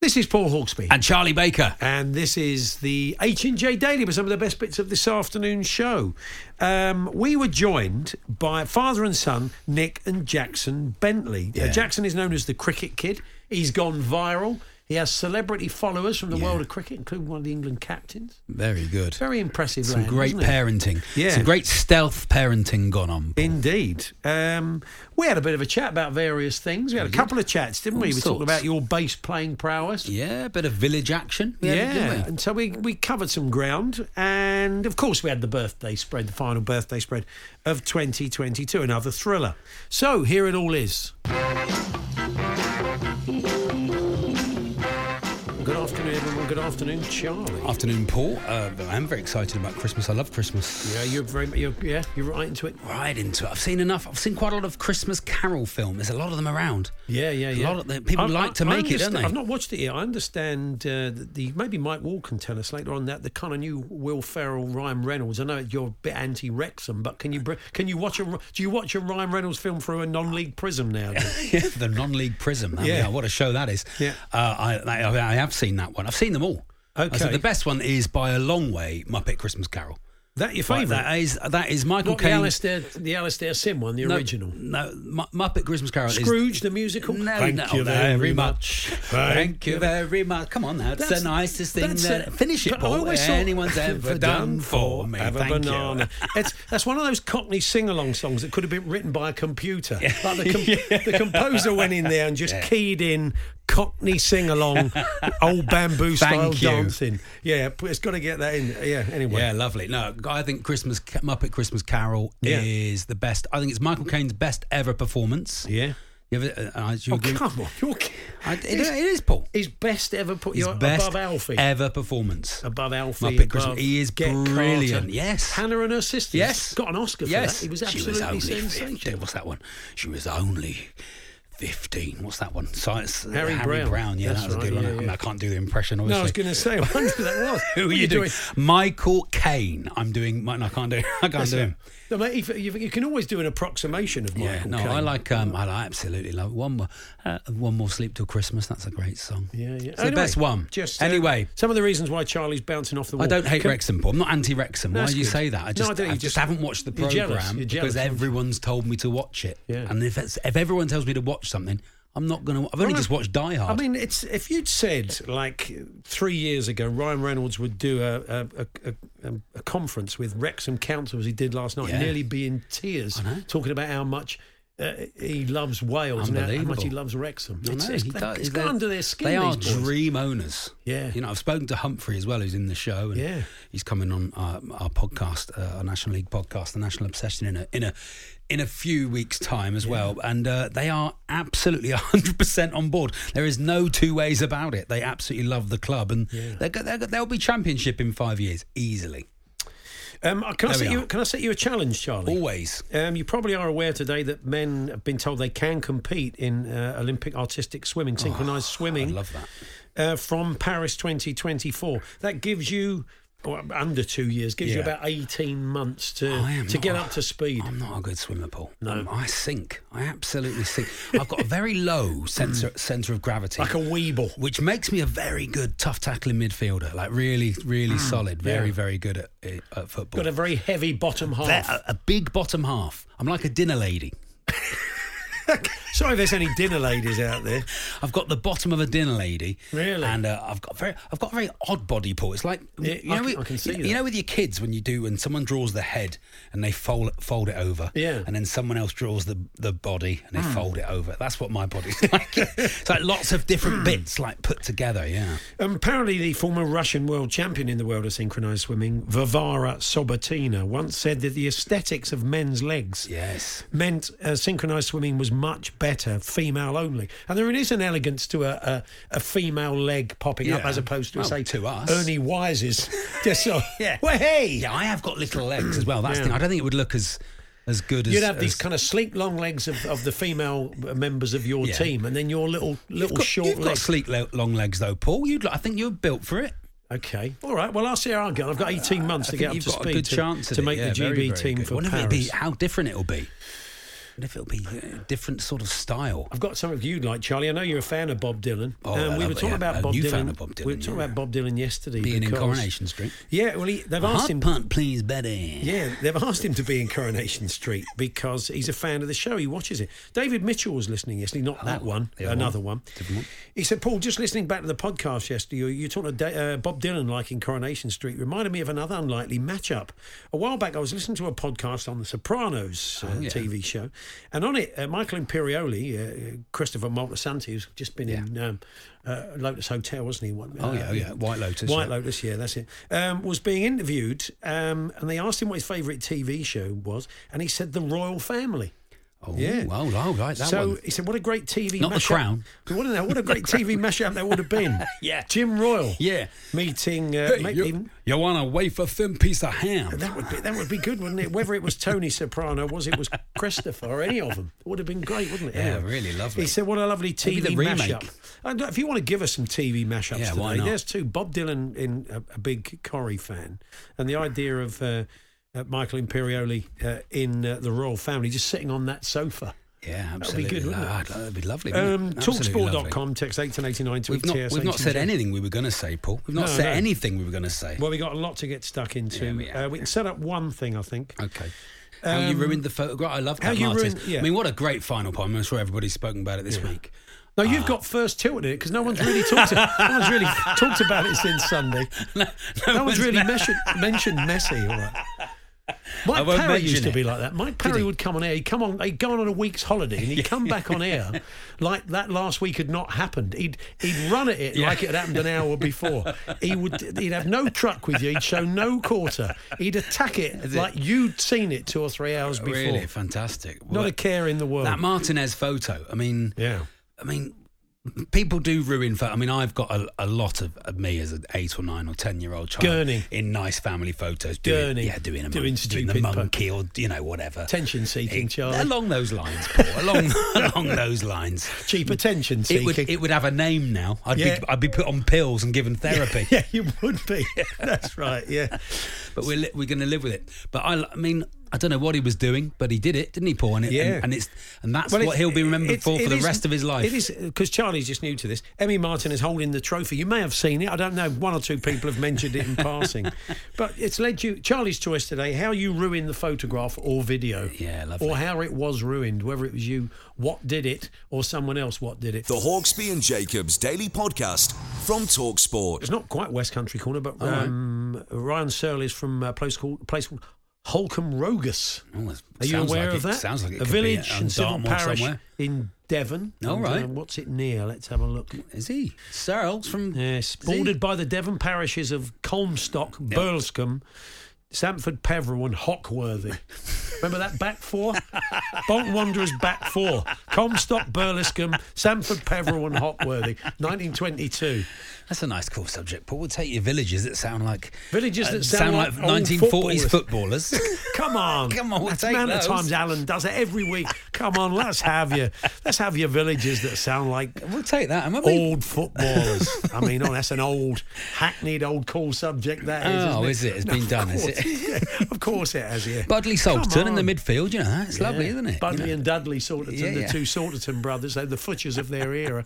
This is Paul Hawksby. and Charlie Baker. And this is the H&J Daily with some of the best bits of this afternoon's show. Um, we were joined by father and son, Nick and Jackson Bentley. Uh, Yeah. Jackson is known as the Cricket Kid. He's gone viral. He has celebrity followers from the world of cricket, including one of the England captains. Very good. Very impressive. Some lad, great isn't he? parenting. Yeah. Some great stealth parenting gone on. Indeed. Um, we had a bit of a chat about various things. We had a couple of chats, didn't we? All We talked sorts. about your bass playing prowess. Yeah, a bit of village action. We had, Yeah, didn't we? and so we, we covered some ground, and of course we had the birthday spread, the final birthday spread of 2022, another thriller. So here it all is. Good afternoon, everyone. Good afternoon, Charlie. Afternoon, Paul. Uh, I am very excited about Christmas. I love Christmas. Yeah, you're very you're, yeah you're right into it. Right into it. I've seen enough. I've seen quite a lot of Christmas Carol film. There's a lot of them around. Yeah, yeah, A yeah. lot of the- people like to make it, don't understand- they? I've not watched it yet. I understand uh, that the maybe Mike Wall can tell us later on that the kind of new Will Ferrell, Ryan Reynolds. I know you're a bit anti Wrexham, but can you br- can you watch a do you watch a Ryan Reynolds film through a non-league prism now? then? the non-league prism. I mean, Yeah. what a show that is. Yeah. Uh, I, I I have seen that one. I've seen them all. I said Okay. the best one is by a long way Muppet Christmas Carol. that your Like, favourite? that is that is Michael Not the Caine- Alistair, the Alistair Sim one, the No, original. No, Mu- Muppet Christmas Carol. is- Scrooge the musical. No, no, very much. Thank you very much. Come on, that's, That's- the nicest thing. that's That, it. finish it, But I Paul. always thought- Anyone's ever done for me. Have Thank a banana. you. it's, that's one of those Cockney sing-along songs that could have been written by a computer. Like the, com- the composer went in there and just keyed in Cockney sing-along, old bamboo style Thank you. dancing. Yeah, p- it's got to get that in. Yeah. Anyway. Yeah, lovely. No, I think Christmas Ca- Muppet Christmas Carol Yeah. is the best. I think it's Michael Caine's best ever performance. Yeah. You ever, uh, uh, do you Oh agree? come on! You're, ki- I, it, is, it is Paul. His best ever put. His You're best above Alfie. ever performance. above Alfie. Muppet above Christmas. He is Get brilliant. Carter. Yes. Hannah and her sisters. Yes. Got an Oscar for yes. that. He was She absolutely only sensational. 15. What's that one? She was only 15. What's that one? Science, uh, Harry Brown. Brown. Yeah, That's that was a right, good one. yeah, I, mean, yeah. I can't do the impression, obviously. No, I was going to say, I wonder who that was. Who are you doing? Michael Caine. I'm doing. my- No, I can't do. I can't do him. No, mate, if, you, you can always do an approximation of Michael Yeah, no, Caine. I like. Um, I like- absolutely love one more. Uh, one more sleep till Christmas. That's a great song. Yeah, yeah. It's the best one. Just uh, anyway. some of the reasons why Charlie's bouncing off the wall. I don't hate Can- Wrexham, Paul. I'm not anti Wrexham. Why That's do you good. say that? I No, just, I don't. I You just, just- haven't watched the you're program jealous. You're jealous, because aren't you? everyone's told me to watch it. Yeah. And if it's, if everyone tells me to watch something, I'm not going to. I've only Well, just watched Die Hard. I mean, it's if you'd said like three years ago, Ryan Reynolds would do a a, a, a, um, a conference with Wrexham Council as he did last night, Yeah. nearly be in tears talking about how much. Uh, he loves Wales and how- how much he Unbelievable. loves Wrexham. I It's, know, it's, he they've- does. it's They're- gone under their skin. They are these boys. dream owners. Yeah. You know, I've spoken to Humphrey as well, who's in the show. And Yeah. He's coming on our, our podcast, uh, our National League podcast, the National Obsession, in a in a in a few weeks' time as well. And uh, they are absolutely hundred percent on board. There is no two ways about it. They absolutely love the club, and they're, go- they're, go- they'll be championship in five years easily. Um, can I There we set you? are. Can I set you a challenge, Charlie? Always. Um, you probably are aware today that men have been told they can compete in uh, Olympic artistic swimming, synchronized Oh, I swimming, love that. uh, from Paris 2024. That gives you. Or under two years gives you Yeah. about eighteen months to I am to get not a- up to speed. I'm not a good swimmer, Paul. No, I sink. I absolutely sink. I've got a very low center center of gravity. like a weeble. which makes me a very good tough tackling midfielder. Like really, really solid. Very, Hmm. yeah. very good at, eh, at football. Got a very heavy bottom They're half. a, a big bottom half. I'm like a dinner lady. Sorry if there's any dinner ladies out there. I've got the bottom of a dinner lady. Really? And uh, I've got very, I've got a very odd body pull. It's like Yeah, you know, I can- with- I can see you, that. know, with your kids when you do when someone draws the head and they fold fold it over. Yeah. Hmm. And then someone else draws the the body and they fold it over. That's what my body's like. it's like lots of Hmm. different bits like put together. Yeah. Um, apparently, the former Russian world champion in the world of synchronized swimming, Varvara Sobotina, once said that the aesthetics of men's legs Yes. meant uh, synchronized swimming was much better female only. And there is an elegance to a, a, a female leg popping up Yeah. as opposed to, Well, say, to us. Ernie Wise's. Just so, Yeah. Well, hey! Yeah, I have got little legs as well. That's the Yeah. thing. I don't think it would look as as good as You'd have these as- kind of sleek, long legs of, of the female members of your Yeah. team, and then your little little You've got, short you've got legs. sleek le- long legs though, Paul. You'd I think you're built for it. Okay, all right. Well, I'll see how I go. I've got eighteen months to Uh, I think get up you've to got speed a good to, chance at to it, make yeah, the very, GB very team good. for Wonder if Paris. it'd be how different it'll be. Wonder if it'll be a different sort of style. I've got something you'd like, Charlie. I know you're a fan of Bob Dylan. Um, Oh, I we love were it, talking yeah. about A Bob new Dylan. fan of Bob we were Dylan, talking yeah. about Bob Dylan yesterday. Being in because- Coronation Street. Yeah, well, he, they've asked Hot him. punt, please, Betty. Yeah, they've asked him to be in Coronation Street because he's a fan of the show. He watches it. David Mitchell was listening yesterday, not that Oh, one, the other another one. one. Different one. He said, Paul, just listening back to the podcast yesterday, you, you talked to da- uh, Bob Dylan like in Coronation Street, reminded me of another unlikely matchup. A while back, I was listening to a podcast on The Sopranos uh, Oh, yeah. TV show, and on it, uh, Michael Imperioli, uh, Christopher Moltisanti, who's just been in um, uh, Lotus Hotel, wasn't he? One- Oh, yeah, uh, yeah. White Lotus, White yeah. Lotus, yeah, that's it. Um, was being interviewed, um, and they asked him what his favourite TV show was, and he said The Royal Family. Oh, Yeah. well, oh, right, that so one. he said, "What a great TV Not The mashup. Crown. What a, what a great TV mashup that would have been. yeah, Jim Royal. Yeah. meeting. Uh, Hey, mate, you, even- you want a wafer thin piece of ham? that would be that would be good, wouldn't it? Whether it was Tony Soprano, was it was Christopher, or any of them, it would have been great, wouldn't it? Yeah, really lovely. He said, "What a lovely TV Maybe the remake. mashup." I don't- if you want to give us some TV mashups Yeah, today, why not? there's two. Bob Dylan, in a, a big Corrie fan, and the idea of uh, uh, Michael Imperioli uh, in uh, the royal family, just sitting on that sofa. Yeah, That'd be absolutely. good, wouldn't it? Ah, that'd be lovely. Um, wouldn't it? Absolutely lovely. Talksport.com, text 1889 to We've not, TSH we've not said and- anything we were going to say, Paul. We've not No, said no. anything we were going to say. Well, we got a lot to get stuck into. Yeah, we have, uh, we can set up one thing, I think. Okay. How you Um, ruined the photograph. I love how Cat you Martis. ruined- yeah. I mean, what a great final point. I'm sure everybody's spoken about it this week. No, you've got first tilt at it because no one's really talked. no one's really talked about it since Sunday. No, one's one's really met- mentioned, mentioned Messi. All right. I Mike won't Parry mention used to it. be like that. Mike Parry would come on air. He'd come on. He'd go on, on a week's holiday and he'd come back on air like that last week had not happened. He'd he'd run at it like it had happened an hour before. He would. He'd have no truck with you. He'd show no quarter. He'd attack it like you'd seen it two or three hours before. Really fantastic. Not a Well, care in the world. That Martinez photo. I mean, yeah. I mean, people do ruin. Pho- I mean, I've got a, a lot of, of me as an eight or nine or ten year old child Gurning. in nice family photos. Doing, Gurning. yeah, doing a Doing doing, doing the stupid po- monkey or you know whatever. Attention seeking, It- Charlie. Along those lines, Paul. Along along those lines. Cheap attention seeking. It would it would have a name now. I'd Yeah. be I'd be put on pills and given therapy. yeah, you would be. That's right. Yeah. but we're li- we're going to live with it. But I, I mean, I don't know what he was doing, but he did it, didn't he, Paul? And, it, Yeah. and, and it's and that's Well, what it's- he'll be remembered it's- for it for the is- rest of his life. It is because Charlie's just new to this. Emmy Martin is holding the trophy. You may have seen it. I don't know. One or two people have mentioned it in passing, but it's led you. Charlie's choice today: how you ruin the photograph or video, Yeah, lovely. or how it was ruined. Whether it was you, what did it, or someone else, what did it. The Hawksby and Jacobs Daily Podcast from Talksport. It's not quite West Country Corner, but um, Ryan Searle is from a place called place called Holcombe Rogus. Oh, it Are you sounds aware like of it- that? Sounds like it a could be village on and civil Dartmoor parish somewhere. in Devon. All And, right. um, what's it near? Let's have a look. Is he? Searles from Yes, is he? bordered by the Devon parishes of Colmstock, Burlescombe, Stamford Peveril, and Hockworthy. Remember that back four? Bolton Wanderers back four. Comstock, Burlescombe, Stamford Peveril, and Hockworthy, 1922. That's a nice, cool subject, Paul. We'll take your villages that sound like uh, Villages that sound like old 1940s footballers. Come on. Come on, we'll That's take the amount those. of times Alan does it every week. Come on, let's have you. Let's have your villages that sound like we'll take that. And when we- old footballers. I mean, oh, that's an old, hackneyed, old call subject. That is. Oh, isn't it? is it? It's No, been of done, is course it? of course it has, yeah. Budley Come Salterton in the on. midfield, you know, that's lovely, Yeah. isn't it? Bundy You know? and Dudley Salterton, Yeah, the yeah. two Salterton brothers, they're the Futures of their era.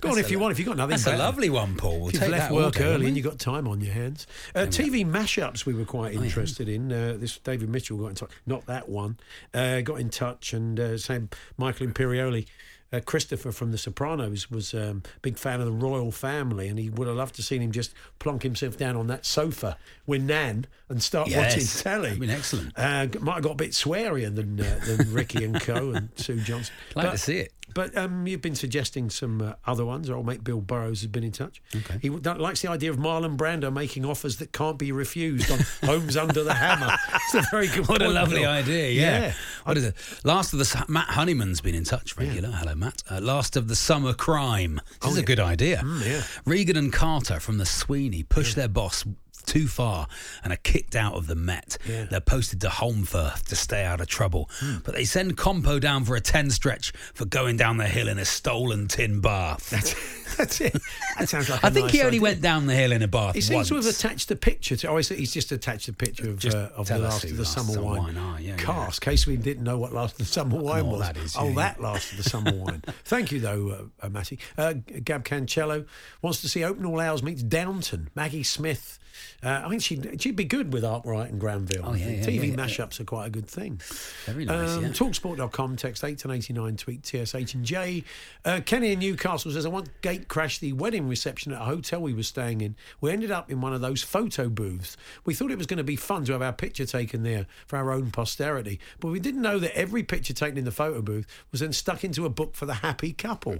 Go on That's if a you lo- want, if you've got nothing That's better. a lovely one, Paul. We'll If you've take left that work all day, early and won't we? you've got time on your hands. Uh, TV mashups we were quite Oh, interested in. Uh, this David Mitchell got in touch, not that one, uh, got in touch and uh, same Michael Imperioli. Uh, Christopher from The Sopranos was a um, big fan of the royal family, and he would have loved to seen him just plonk himself down on that sofa with Nan and start watching Yes. telly. That'd been excellent. Uh, g- might have got a bit swearier than uh, than Ricky and Co. and Sue Johnson. Glad But- to see it. But um, you've been suggesting some uh, other ones. Our old mate Bill Burrows has been in touch. Okay. He would- that, likes the idea of Marlon Brando making offers that can't be refused on Homes Under the Hammer. It's a very good What a point, lovely Bill. idea, yeah. Yeah. What is it? Last of the Su- Matt Honeyman's been in touch regular. Hello, Matt. Uh, Last of the Summer Crime. This is a good idea. Oh, Mm, yeah. Regan and Carter from the Sweeney pushed their boss too far and are kicked out of the Met. They're posted to Holmfirth to stay out of trouble, Hmm. but they send Compo down for a ten stretch for going down the hill in a stolen tin bath. That's it. That sounds like a I think nice he only idea. went down the hill in a bath He seems once. to have attached a picture to. Oh, he's- he's just attached a picture of, Just uh, of the tell us last who of the Last summer Summer wine. Wine are, yeah, yeah. Cast, in case we didn't know what last of the summer wine what was. that is, oh, yeah, that last of the summer wine. Thank you though, uh, uh, Matty. Uh, G- Gab Cancello wants to see Open All Hours meets Downton. Maggie Smith. Uh, I think she'd, she'd be good with Arkwright and Granville. Oh, I yeah, think yeah, TV yeah, yeah. mashups are quite a good thing. Um, Very nice, yeah. Talksport.com, text 81089, tweet TSH and J. Uh, Kenny in Newcastle says, I once gate crashed the wedding reception at a hotel we were staying in. We ended up in one of those photo booths. We thought it was going to be fun to have our picture taken there for our own posterity, but we didn't know that every picture taken in the photo booth was then stuck into a book for the happy couple.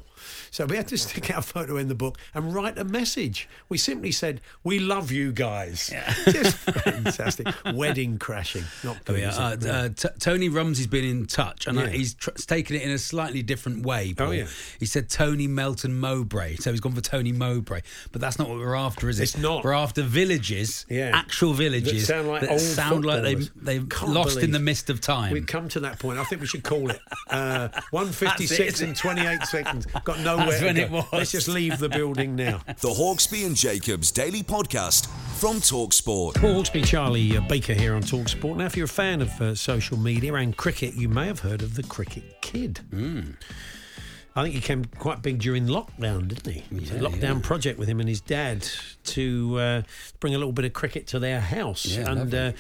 So we had to stick our photo in the book and write a message. We simply said, We love you guys. Just fantastic. wedding crashing. Not Oh, good. yeah. is it? No. Uh, uh, T- Tony Rumsey's been in touch, and uh, Yeah. Oh, he's tr- taken it in a slightly different way. Paul. yeah. He said Tony Melton Mowbray, so he's gone for Tony Mowbray, but that's not what we're after, is it? It's not. We're after villages, Yeah. actual villages That sound like that old sound like they footballers. they Can't lost in the believe- mist of time. We've come to that point. I think we should call it. Uh, 156 That's it. and 28 seconds. Got nowhere That's to when go. it was. Let's just leave the building now. The Hawksby and Jacobs Daily Podcast from Talksport. Paul Hawksby, Charlie uh, Baker here on Talksport. Now, if you're a fan of uh, social media and cricket, you may have heard of the Cricket Kid. Hmm. I think he came quite big during lockdown, didn't he? It was a lockdown project with him and his dad to uh, bring a little bit of cricket to their house. Yeah, and lovely. uh,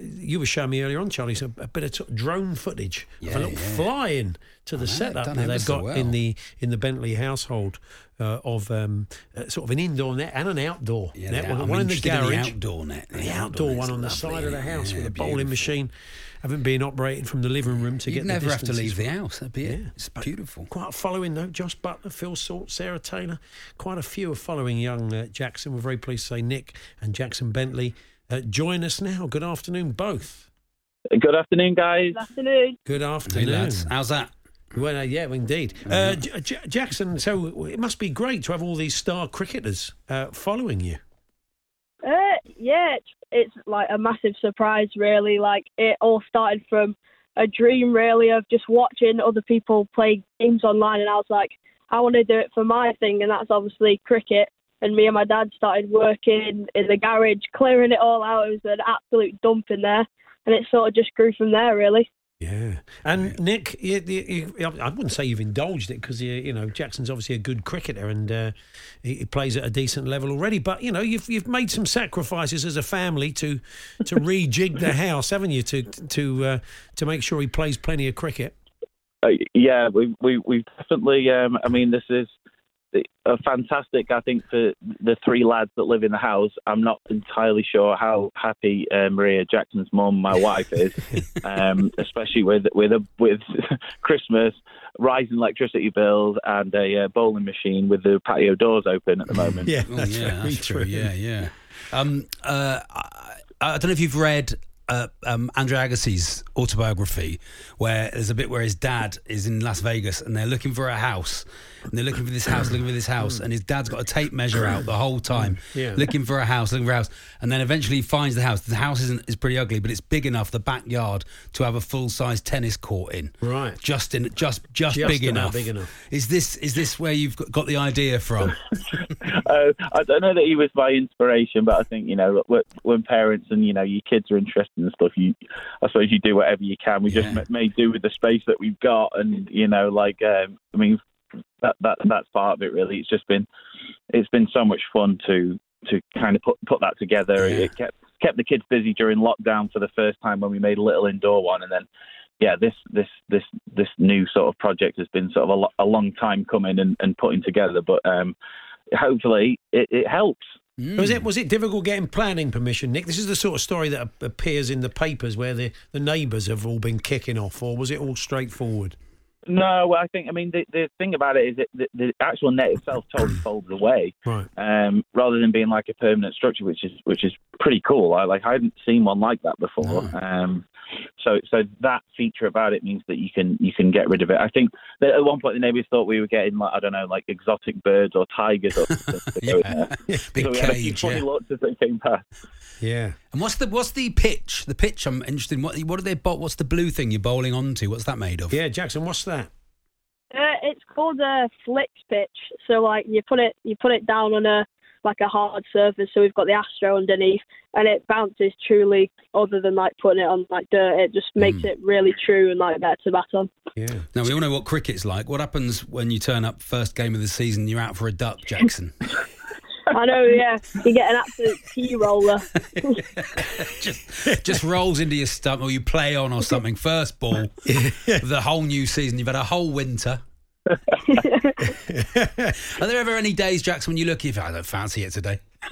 you were showing me earlier on, Charlie, so a bit of sort of drone footage of Yeah, a little yeah. fly in to the setup done that ever they've so got well. in the in the Bentley household uh, of um, uh, sort of an indoor net and an outdoor Yeah, net. the- One, I'm one in the interested in garage, the outdoor net. the outdoor net's one on the lovely, side of the isn't it? house Yeah, with a bowling beautiful. machine, having been operated from the living room to You'd get never the have to distances leave the house. That'd be it. Yeah. It's beautiful. quite following though. Josh Butler, Phil Salt, Sarah Taylor, quite a few are following young uh, Jackson. We're very pleased to say Nick and Jackson Bentley uh, join us now. Good afternoon, both. Good afternoon, guys. afternoon. Good Hey, afternoon. lads, Ah. how's that? well, uh, yeah, indeed. Uh, J- J- Jackson, so it must be great to have all these star cricketers uh, following you. Uh, yeah, it's, it's like a massive surprise, really. Like it all started from a dream, really, of just watching other people play games online, and I was like, I want to do it for my thing, and that's obviously cricket. And me and my dad started working in the garage, clearing it all out. It was an absolute dump in there, and it sort of just grew from there, really. Yeah, and Nick, you, you, you, I wouldn't say you've indulged it because you, you know Jackson's obviously a good cricketer and uh, he, he plays at a decent level already. But you know you've you've made some sacrifices as a family to to rejig the house, haven't you? To to uh, to make sure he plays plenty of cricket. Uh, yeah, we we we definitely. Um, I mean, this is a fantastic. I think for the three lads that live in the house, I'm not entirely sure how happy uh, Maria Jackson's mum, my wife, is, um, especially with with a, with Christmas, rising electricity bills, and a uh, bowling machine with the patio doors open at the moment. Yeah, Oh, yeah, that's true. Yeah, yeah. Um, uh, I, I don't know if you've read uh, um, Andrew Agassi's autobiography, where there's a bit where his dad is in Las Vegas and they're looking for a house, and they're looking for this house, looking for this house, and his dad's got a tape measure out the whole time, Yeah. looking for a house, looking for a house, and then eventually he finds the house. The house isn't is pretty ugly, but it's big enough the backyard to have a full size tennis court in. Right. just in just Just just, big about enough. big enough. Is this is this where you've got- got the idea from? uh, I don't know that he was my inspiration, but I think you know look, when parents and you know your kids are interested in stuff, you I suppose you do whatever you can. We just Yeah. ma- made do with the space that we've got, and you know, like um, I mean, that that that's part of it really. It's just been it's been so much fun to to kind of put put that together. Yeah. It kept kept the kids busy during lockdown for the first time when we made a little indoor one, and then. Yeah, this this this this new sort of project has been sort of a, lo- a long time coming and, and putting together, but um, hopefully it, it helps. Was it was it difficult getting planning permission, Nick? This is the sort of story that ap- appears in the papers where the, the neighbours have all been kicking off, or was it all straightforward? No, well, I think I mean the, the thing about it is that the, the actual net itself totally folds away, Right. um, rather than being like a permanent structure, which is which is pretty cool. I like I hadn't seen one like that before. Oh. Um, so so that feature about it means that you can you can get rid of it. I think that at one point the neighbours thought we were getting like I don't know like exotic birds or tigers or something to go in there. Big so we had a few cage. funny yeah. looks as they came past. Yeah. And what's the what's the pitch? The pitch. I'm interested. In what what are they? bo- What's the blue thing you're bowling onto? What's that made of? Yeah, Jackson, what's that? Uh, it's called a flick pitch. So like you put it you put it down on a like a hard surface. So we've got the Astro underneath, and it bounces truly. Other than like putting it on like dirt, it just makes it really true and like better to bat on. Yeah. Now we all know what cricket's like. What happens when you turn up first game of the season? You're out for a duck, Jackson. I know, yeah. You get an absolute pea roller. just just rolls into your stump, or you play on, or something. First ball, the whole new season. You've had a whole winter. are there ever any days, Jackson, when you look if I don't fancy it today?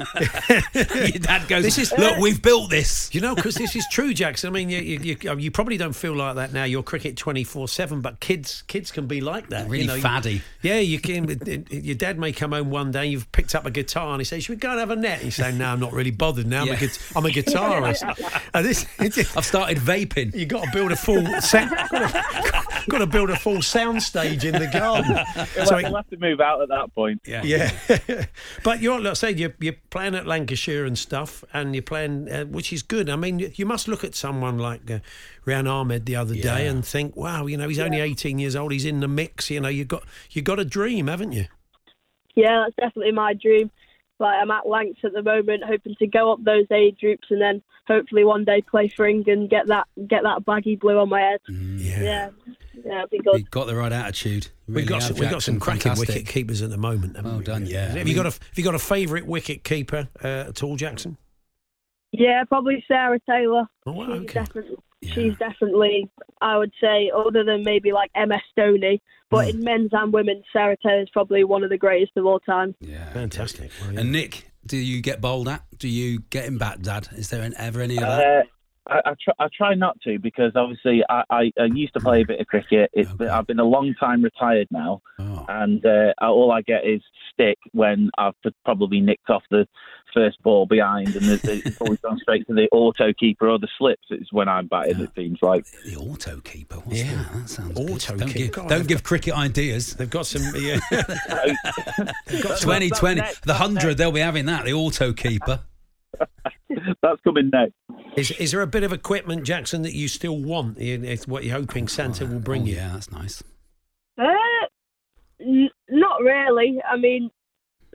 your dad goes. This is- look, we've built this. You know, because this is true, Jackson. I mean, you, you, you, you probably don't feel like that now. You're cricket twenty four seven, but kids kids can be like that. Really you know, faddy. Yeah, you can. it- it- your dad may come home one day. You've picked up a guitar, and he says, "Should we go and have a net?" He's saying, "No, I'm not really bothered now. I'm, a, Yeah. guit- I'm a guitarist." and this, I've started vaping. you got to build a full sound. Got to, got to build a full sound stage in the garden. So We'll, it- we'll have to move out at that point. yeah, but you're like I say you're, you're playing at Lancashire and stuff, and you're playing, uh, which is good. I mean, you- you must look at someone like uh, Rian Ahmed the other day and think, wow, you know, he's only 18 years old, he's in the mix. You know, you got you got a dream, haven't you? Yeah, that's definitely my dream. Like I'm at Lancs at the moment, hoping to go up those age groups and then hopefully one day play for England, get that get that baggy blue on my head. Mm. Yeah. Yeah, yeah, it'd be good. You've got the right attitude. You We've really got have, some, we've got some Jackson. cracking Fantastic. wicket keepers at the moment. haven't Well we? done, yeah. Have I you got a mean- Have you got a favourite wicket keeper uh, at all, Jackson? Yeah, probably Sarah Taylor. Oh, wow, she's okay. definitely, she's definitely, I would say, other than maybe like MS Stoney, Mm. but in men's and women's, Sarah Taylor's probably one of the greatest of all time. Yeah. Fantastic. Well, yeah. And Nick, do you get bowled at? Do you get him back, Dad? Is there an, ever any of that? Uh, I, I, try, I try not to because obviously I, I, I used to play a bit of cricket. It's Okay. I've been a long time retired now, oh. and uh, all I get is stick when I've probably nicked off the first ball behind, and it's- it's always gone straight to the auto keeper or the slips. It's when I'm batting. It seems like The auto keeper. What's Yeah. that? That sounds Auto good. Don't keeper. give, God, don't I've give cricket ideas. They've got some. Yeah. They've got some- 2020, the 100, they'll be having that, the auto keeper. that's coming next. Is, is there a bit of equipment, Jackson, that you still want? You- It's what you're hoping Santa will bring Oh, you. Yeah, that's nice. Uh, n- not really. I mean,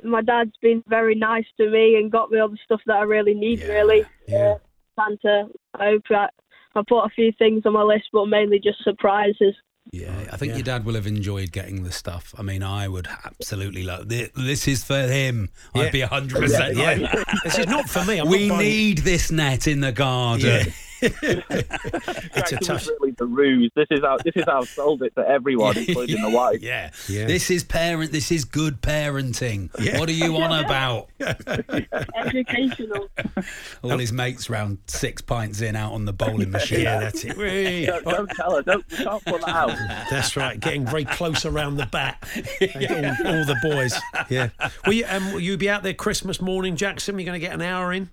my dad's been very nice to me and got me all the stuff that I really need. Yeah, really, yeah. Uh, Santa. I hope that I put a few things on my list, but mainly just surprises. Yeah, I think Oh, yeah. your dad will have enjoyed getting the stuff. I mean, I would absolutely love thi- This is for him. Yeah. I'd be 100% like, Yeah, this is not for me. I'm we not buying- need this net in the garden. Yeah. it's a This tough. is really the ruse. This is how this is how I've sold it to everyone, including the wife. Yeah. Yeah. This is parent this is good parenting. What are you on about? Educational. All his mates round six pints in out on the bowling machine. Yeah, that's it. Whee! Don't, don't tell her. Don't, you can't pull that out. That's right. Getting very close around the bat. All, all the boys. Yeah. Will you, um, will you be out there Christmas morning, Jackson? You're going to get an hour in.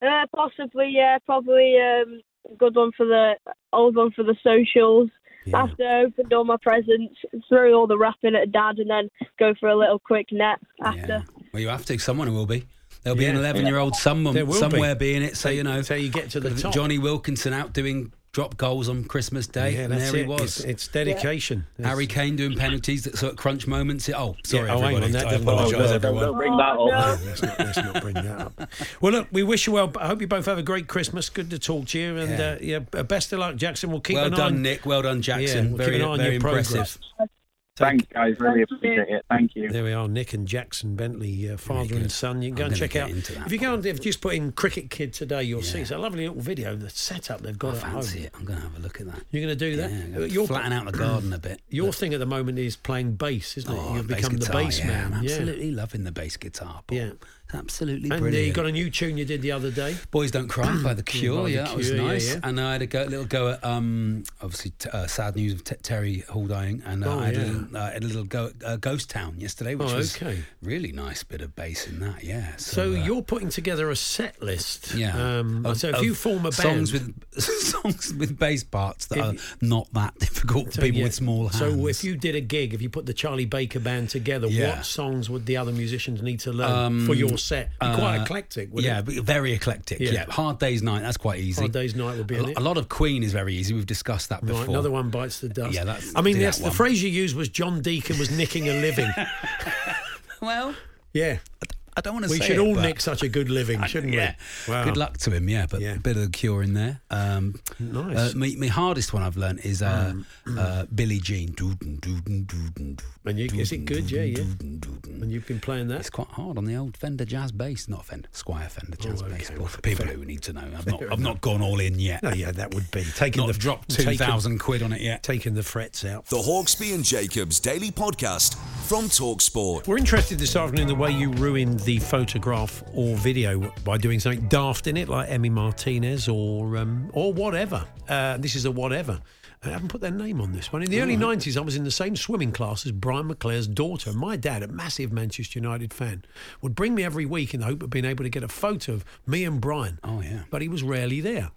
Uh, possibly, yeah, probably um, a good one for the old one for the socials. Yeah. After I opened all my presents, threw all the wrapping at dad, and then go for a little quick nap Yeah. after. Well, you have to. Someone will be. There'll be an Yeah. 11 year old There someone will somewhere be. being it. So, you know, So you get to the top. Johnny Wilkinson out doing drop goals on Christmas Day. yeah, and that's there it. he was. It's, it's dedication. It's- Harry Kane doing penalties that so at crunch moments. It, oh, sorry, Yeah, oh, hang everybody. on, that I doesn't- oh, apologise, no, everyone. Don't bring that up. Yeah, let's, not, let's not bring that up. Well, look, we wish you well. I hope you both have a great Christmas. Good to talk to you, and Yeah. uh, yeah, b- best of luck, Jackson. We'll keep Well an done, eye. on- Nick. Well done, Jackson. Yeah, we'll very keep an eye on very your impressive. progress. Thanks, guys. Really appreciate it. Thank you. There we are, Nick and Jackson Bentley, uh, father good. and son. You can go I'm and gonna check get out. into that If you go and if you just put in cricket kid today, you'll see it's a lovely little video. The setup they've I got at home. fancy it. I'm going to have a look at that. Uh, You're going to do Yeah, that. I'm gonna your flatten out the garden a bit. your thing at the moment is playing bass, isn't it? Oh, You've bass become guitar, the bass yeah, man. I'm yeah. absolutely loving the bass guitar. Paul. Yeah. It's absolutely And uh, brilliant. you got a new tune you did the other day. Boys Don't Cry by The By Cure. The yeah, that was Cure, yeah, nice. yeah. And I had a go, little go at, um, obviously, t- uh, sad news of T- Terry Hall dying. And uh, Oh, I had, yeah. a little, uh, had a little go at uh, Ghost Town yesterday, which Oh, was okay. really nice bit of bass in that. Yeah. So uh, you're putting together a set list. Yeah. Um, Of- so if of you form a band, songs with songs with bass parts that If- are not that difficult for so people yeah. with small hands. So if you did a gig, if you put the Charlie Baker band together, Yeah. Um, what songs would the other musicians need to learn for your set? Be quite uh, eclectic. Would yeah, It? but very eclectic. Yeah. Yeah. Hard Day's Night, that's quite easy. Hard Day's Night would be a, in lo- it. a lot of Queen is very easy. We've discussed that before. Right, another one bites the dust. Yeah, that's- I mean, do yes, that the one. phrase you used was John Deacon was nicking a living. Well, yeah, I don't want to we say should it, all but- nick such a good living, shouldn't yeah. we? Wow. Good luck to him, yeah. But Yeah. a bit of the cure in there. Um, Nice. Um, Uh, my, my hardest one I've learnt is uh, uh, Billie Jean. Doodin, doodin, doodin, And you- is it good? Yeah, yeah. doodin, doodin. And you've been playing that. It's quite hard on the old Fender Jazz Bass, not Fender, Squire Fender Jazz Oh, okay. Bass. Well, for people who need to know, I've not, I've not gone all in yet. No, yeah, that would be taking not the dropped taking- two thousand quid on it yet. taking the frets out. The Hawksby and Jacobs Daily Podcast from Talksport. We're interested this afternoon in the way you ruined the photograph or video by doing something daft in it, like Emmy Martinez or um, or whatever. Uh, this is a whatever. I haven't put their name on this one. In the Mm. early 90s, I was in the same swimming class as Brian McClare's daughter. My dad, a massive Manchester United fan, would bring me every week in the hope of being able to get a photo of me and Brian. Oh, yeah. But he was rarely there.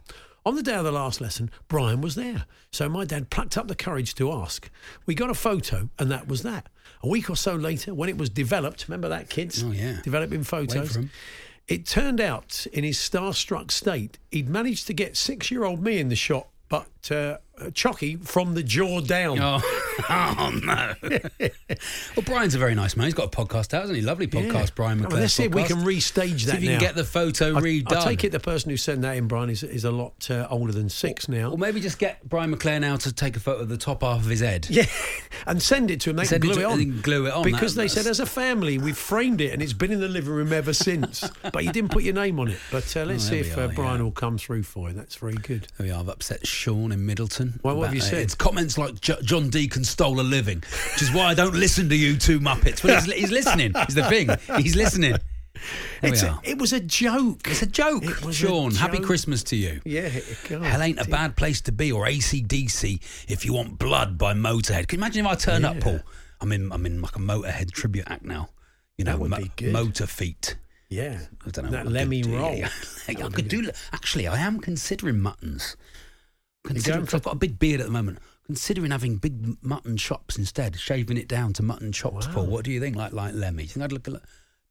On the day of the last lesson, Brian was there. So my dad plucked up the courage to ask. We got a photo, and that was that. A week or so later, when it was developed, remember that, kids? Oh, yeah. Developing Wait photos. for 'em. It turned out, in his starstruck state, he'd managed to get six year old me in the shot, but uh, Chucky from the jaw down. Oh, oh no! well, Brian's a very nice man. He's got a podcast out, hasn't he? Lovely podcast, Yeah. Brian I mean, McClare's let's see if we podcast. can restage See that if you now. can get the photo I- redone. I, take it the person who sent that in, Brian, is, is a lot uh, older than six now. Or maybe just get Brian McClare now to take a photo of the top half of his head. Yeah, and send it to them. They Send can it glue it, to- on. they can glue it on, Because that- they said, that's- as a family, we've framed it and it's been in the living room ever since. but you didn't put your name on it. But uh, let's Oh, see there if we uh, are, Brian yeah. will come through for you. That's very good. There we are. I've upset Sean in Middleton. Well, what have about you that. said? It's comments like "Jo- John Deacon stole a living, which is why I don't listen to you two Muppets. Well, he's, he's listening. Is the thing. He's listening. There It's we a- are. it was a joke. it's a joke, It was a Sean. Happy joke. Christmas to you. Yeah. God, Hell ain't a Oh, dear. bad place to be, or ACDC if you want blood by Motorhead. Can you imagine if I turned up, Paul? I'm in, I'm in like a Motorhead tribute act now. You know, That would Mo- be good. Motor Feet. Yeah. I don't know. That what I could Lemmy do. roll. I could do. Actually, I am considering muttons. Considering, going 'cause I've got a big beard at the moment. Considering having big mutton chops instead, shaving it down to mutton chops, Paul. What do you think? Like like Lemmy? Do you think I'd look a li-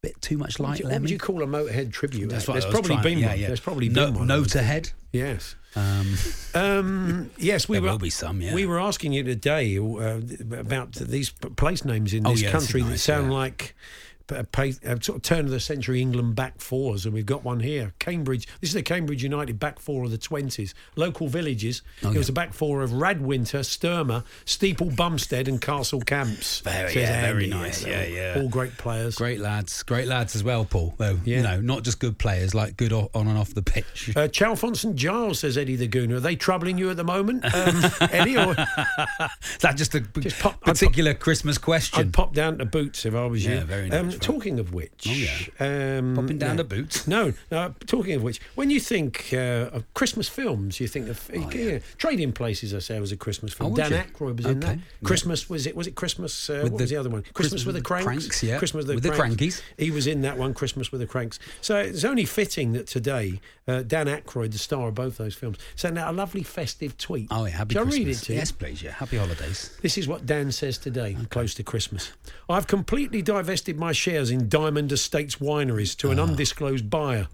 bit too much What like do you- what Lemmy? would you call a Motorhead tribute? That's act? what There's I was probably trying- been yeah, one. yeah. There's probably no, been one. No to head. Yes. Um, Um, yes, we There were, will be some, yeah. We were asking you today uh, about these p- place names in Oh, this yeah, this is country that nice, sound yeah. like p- pa- uh, sort of turn of the century England back fours, and we've got one here. Cambridge. This is the Cambridge United back four of the twenties. Local villages. Oh, It was yeah. a back four of Radwinter, Sturmer, Steeple Bumstead, and Castle Camps. Very- says yeah, very Andy. nice, they're yeah, all- yeah. All great players. Great lads, great lads as well, Paul. Though Yeah. you know, not just good players, like good o- on and off the pitch. Uh, Chalfont St Giles says Eddie the Gooner. Are they troubling you at the moment, um, Eddie? Or Is that just a p- Just pop- I'd pop- particular Christmas question? I'd pop down to Boots if I was you. Um, Yeah, very nice. right. Oh, talking of which, um, Popping down no. the boots. No, no, talking of which, when you think uh, of Christmas films, you think of yeah. Trading Places. I say was a Christmas film. Oh, would Dan you? Aykroyd was in Okay, that. yeah. Christmas was it? Was it Christmas? Uh, With what the was the other one? Christmas, Christmas with the Cranks. Cranks, yeah. Christmas with the, With the cranks. Crankies. He was in that one. Christmas with the Cranks. So it's only fitting that today uh, Dan Aykroyd, the star of both those films, sent out a lovely festive tweet. Oh, yeah, happy Shall I Christmas. read it to you? Yes, please. Yeah, happy holidays. This is what Dan says today, close to Christmas. I've completely divested my shares in Diamond Estates wineries to Ah. an undisclosed buyer.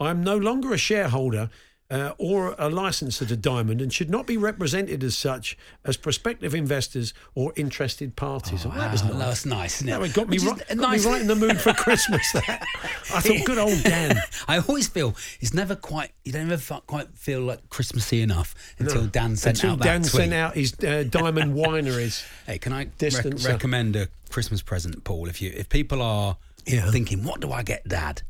I am no longer a shareholder uh, or a licensor to Diamond and should not be represented as such as prospective investors or interested parties. Oh, that was Wow, nice. that was nice, isn't it? That one got me, Which is right, a got me right in the mood for Christmas. That I thought, good old Dan. I always feel it's never quite. You don't ever fu- quite feel like Christmassy enough until Dan sent Until out that Dan tweet. sent out his uh, Diamond wineries. Hey, can I rec- Distance, uh, recommend a Christmas present, Paul? If you if people are Yeah. Hmm. thinking, what do I get, Dad?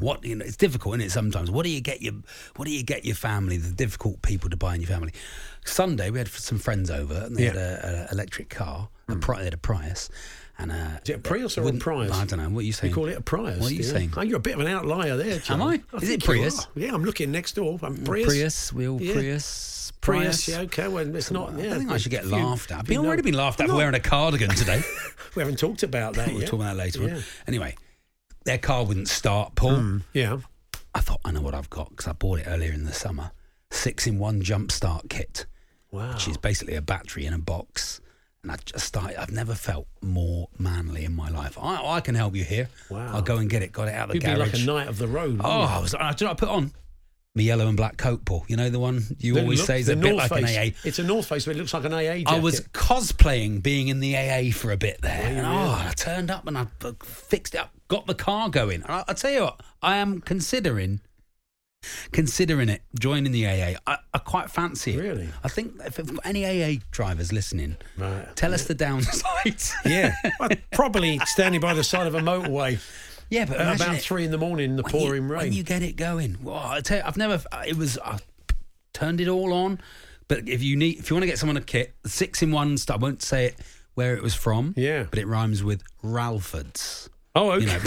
What you know, it's difficult, isn't it? Sometimes, what do you get your what do you get your family? The difficult people to buy in your family. Sunday, we had some friends over, and they had Yeah. Hmm. an electric car. A pri- they had a Prius, and a, Is it a Prius or a wouldn't- Prius? I don't know. What are you You saying? call it a Prius. What are you do saying? Oh, you're a bit of an outlier there, John. I? Is it think you Prius? Mm, are. Yeah, I'm looking next door. I'm Prius. Prius, we all Yeah. Prius, Prius, yeah, okay. Well, it's not. Yeah, I think I should get few- laughed at. I've been few already no- been laughed at for wearing a cardigan today. We haven't talked about that we'll yet. talk about that later Yeah. Hmm. on. Anyway, their car wouldn't start, Paul. Yeah. I thought, I know what I've got because I bought it earlier in the summer. Six in one jump start kit, Wow. which is basically a battery in a box. And I just started, I've never felt more manly in my life. I, I can help you here. Wow. I'll go and get it. Got it out of the You'd be garage. like a knight of the road. Oh, I was. I, do you know what I put on? My yellow and black coat, Paul. You know the one you always say is a bit like an AA. It's a North Face, but it looks like an AA. Jacket. I was cosplaying being in the AA for a bit there. and, yeah. oh, I turned up and I uh, fixed it up, got the car going. And I, I tell you what, I am considering considering it joining the AA. I, I quite fancy it. Really? I think if we've got any AA drivers listening, Right. tell us the downsides. Yeah. probably standing by the side of a motorway yeah, but at imagine about it. three in the morning in the When pouring you, rain. When you get it going, well, I tell you, I've never. It was I turned it all on, but if you need, if you want to get someone a kit, six in one. st- I won't say it where it was from. Yeah. but it rhymes with Ralfords. oh, okay. You know,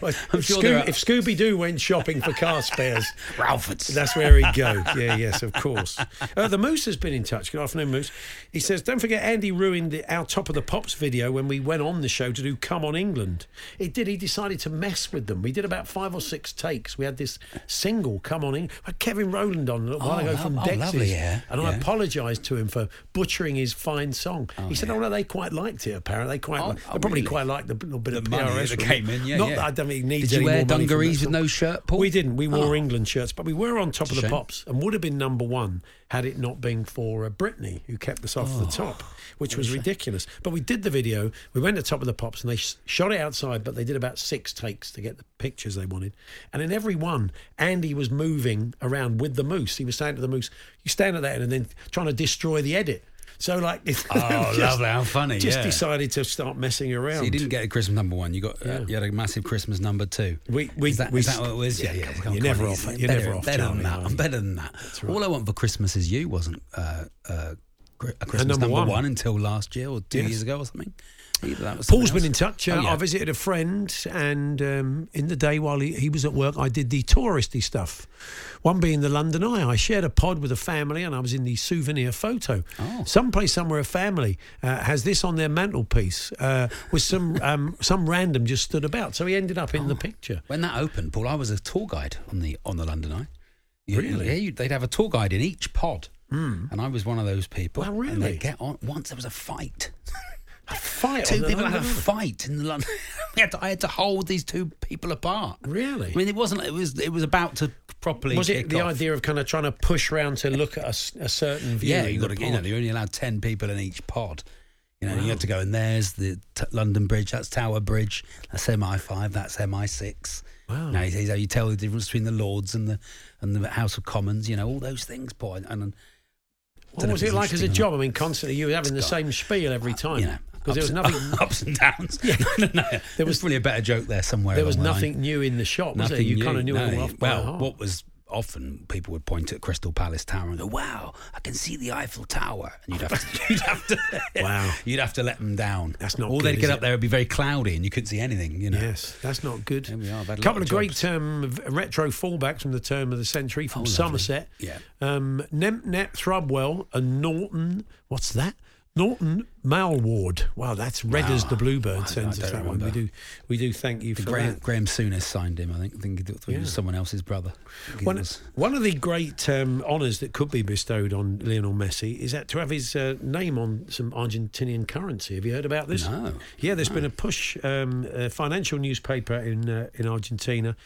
Well, I'm if sure Scoo- there are- if Scooby Doo went shopping for car spares, Ralfords. That's where he'd go. Yeah, yes, of course. Uh, the Moose has been in touch. Good afternoon, Moose. He says, Don't forget, Andy ruined the, our Top of the Pops video when we went on the show to do Come On England. It did. He decided to mess with them. We did about five or six takes. We had this single, Come On England. I had Kevin Rowland on a little while Oh, ago lov- from oh, Dexys, lovely, yeah, And I yeah. apologised to him for butchering his fine song. he said, Oh, no, they quite liked it, apparently. They quite Oh, li- oh, they probably really? quite liked the little bit The of money PRS that from came it. in, yeah, Not yeah. that I don't think it needs Did you any wear more money from dungarees that with song. no shirt, Paul? We didn't. We wore Oh. England shirts, but we were on top of the Shame. pops and would have been number one had it not been for uh, Britney, who kept us off the Oh. top, which was ridiculous. But we did the video. We went to top of the pops and they sh- shot it outside, but they did about six takes to get the pictures they wanted. And in every one, Andy was moving around with the moose. He was saying to the moose, "You stand at that end," and then trying to destroy the edit. So like, Oh, lovely, how funny, Just yeah. decided to start messing around. So you didn't get a Christmas number one. You got uh, you had a massive Christmas number two. We- we- is that, we- is that what it was? yeah, come on, I'm you're never quite- off- it's you're better, never off, Better Charlie, than that. are I'm you? better than that. All I want for Christmas is you wasn't uh, uh, gr- a Christmas number one. number, one. until last year or two Yes. years ago or something. Either that was Paul's something been else. in touch. Uh, Oh, yeah. I visited a friend, and um, in the day while he, he was at work, I did the touristy stuff. One being the London Eye. I shared a pod with a family, and I was in the souvenir photo. Oh. Someplace, somewhere, a family uh, has this on their mantelpiece uh, with some um, some random just stood about. So he ended up Oh. in the picture. When that opened, Paul, I was a tour guide on the on the London Eye. You- Really? Yeah, you, they'd have a tour guide in each pod, mm. and I was one of those people. Wow, And really? they'd get on. Once there was a fight. A fight. on Two the people had a London Eye. fight in the London. we had to, I had to hold these two people apart. Really? I mean, it wasn't. It was. It was about to properly. was kick it the off. idea of kind of trying to push round to look at a s- a, certain view? Yeah, in you the got to. You know, pod? you're only allowed ten people in each pod. You know, you have to go. And there's the t- London Bridge. That's Tower Bridge. That's MI five. That's MI six. Wow. Now, you, you tell the difference between the Lords and the and the House of Commons. You know, all those things, boy. And, and What was it like as a job? I mean, constantly you were having the same spiel every time. You know, because there was ups- nothing. ups and downs. Yeah. no, no, no. There was was- probably a better joke there somewhere. There was along the line. nothing new in the shop, was there? You kind of knew it all no. off by Well, heart. what was often people would point at Crystal Palace Tower and go, "Wow, I can see the Eiffel Tower," and you'd have to, you'd have to Wow. you'd have to let them down. That's not Or good, they'd is get it? up there; it'd be very cloudy, and you couldn't see anything. You know. Yes, that's not good. There we are, I've had a couple lot of, of great jobs. um, v- retro fallbacks from the term of the century from Oh, lovely. Somerset. Yeah. Um, Nempnet, Thrubwell, and Norton. What's that? Norton Malward. Wow, that's red as the bluebird Ah, I- sends I us don't that one. We remember. do, we do thank you The for Graham, that. Graham Souness signed him. I think. I think he thought he was someone else's brother. I think it One, was- one of the great um, honours that could be bestowed on Lionel Messi is that to have his uh, name on some Argentinian currency. Have you heard about this? No. Yeah, there's been a push. Um, a financial newspaper in uh, in Argentina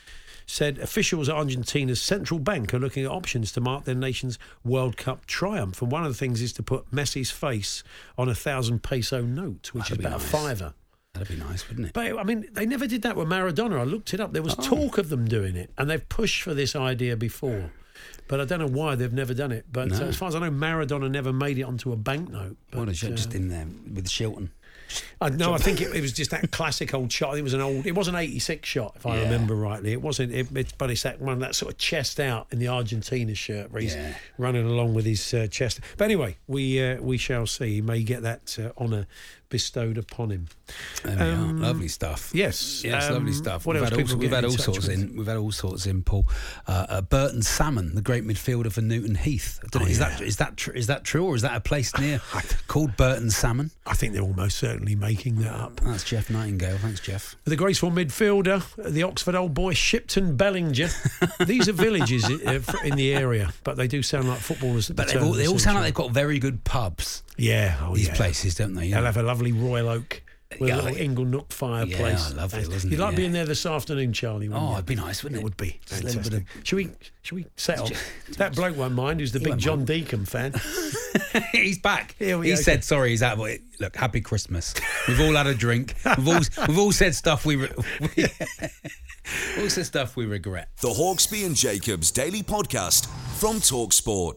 said officials at Argentina's central bank are looking at options to mark their nation's World Cup triumph, and one of the things is to put Messi's face on a thousand peso note, which That'd is be about a nice. fiver. That'd be nice, wouldn't it? But I mean, they never did that with Maradona. I looked it up. There Oh. was talk of them doing it, and they've pushed for this idea before. But I don't know why they've never done it. But uh, No. as far as I know, Maradona never made it onto a banknote. But, what is it? uh, Just in there with Shilton. I, no, I think it, it was just that classic old shot. I think It was an old. It was an '86 shot, if I Yeah. remember rightly. It wasn't. It, it's but it's that one that sort of chest out in the Argentina shirt, where he's Yeah. running along with his uh, chest. But anyway, we uh, we shall see. He may get that uh, honour bestowed upon him. There we are. Lovely stuff. Um, yes, Yes, lovely um, stuff. what we've else had all, people we've get had in all touch sorts with? in. We've had all sorts in. Paul uh, uh, Burton Salmon, the great midfielder for Newton Heath. I don't Oh, know, is that is that tr- is that true or is that a place near called Burton Salmon? I think they're almost certainly making that up. That's Jeff Nightingale. Thanks, Jeff. The graceful midfielder, the Oxford old boy Shipton Bellinger. These are villages i- uh, in the area, but they do sound like footballers. at the But they've turn all, of the they all sound century. like they've got very good pubs. yeah, oh, These yeah. places, don't they? You They'll know? have a lovely Royal Oak with a Yeah, little I- Ingle Nook fireplace. Yeah, lovely, Nice. wasn't You'd it? like being Yeah. there this afternoon, Charlie. wouldn't Oh, you? it'd be nice, wouldn't it? would be. Just a little bit Fantastic. Should we? Should we set up? That bloke won't mind. Who's the big won't John Deacon fan? he's back. He Here we go. said sorry. He's out. of it. Look, happy Christmas. We've all had a drink. We've all we've all said stuff we, re- we all said stuff we regret. The Hawksby and Jacobs Daily Podcast from TalkSport.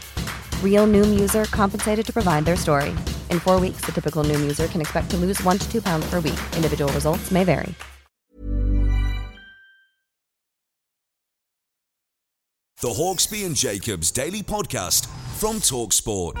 Real Noom user compensated to provide their story. In four weeks, the typical Noom user can expect to lose one to two pounds per week. Individual results may vary. The Hawksby and Jacobs Daily Podcast from TalkSport.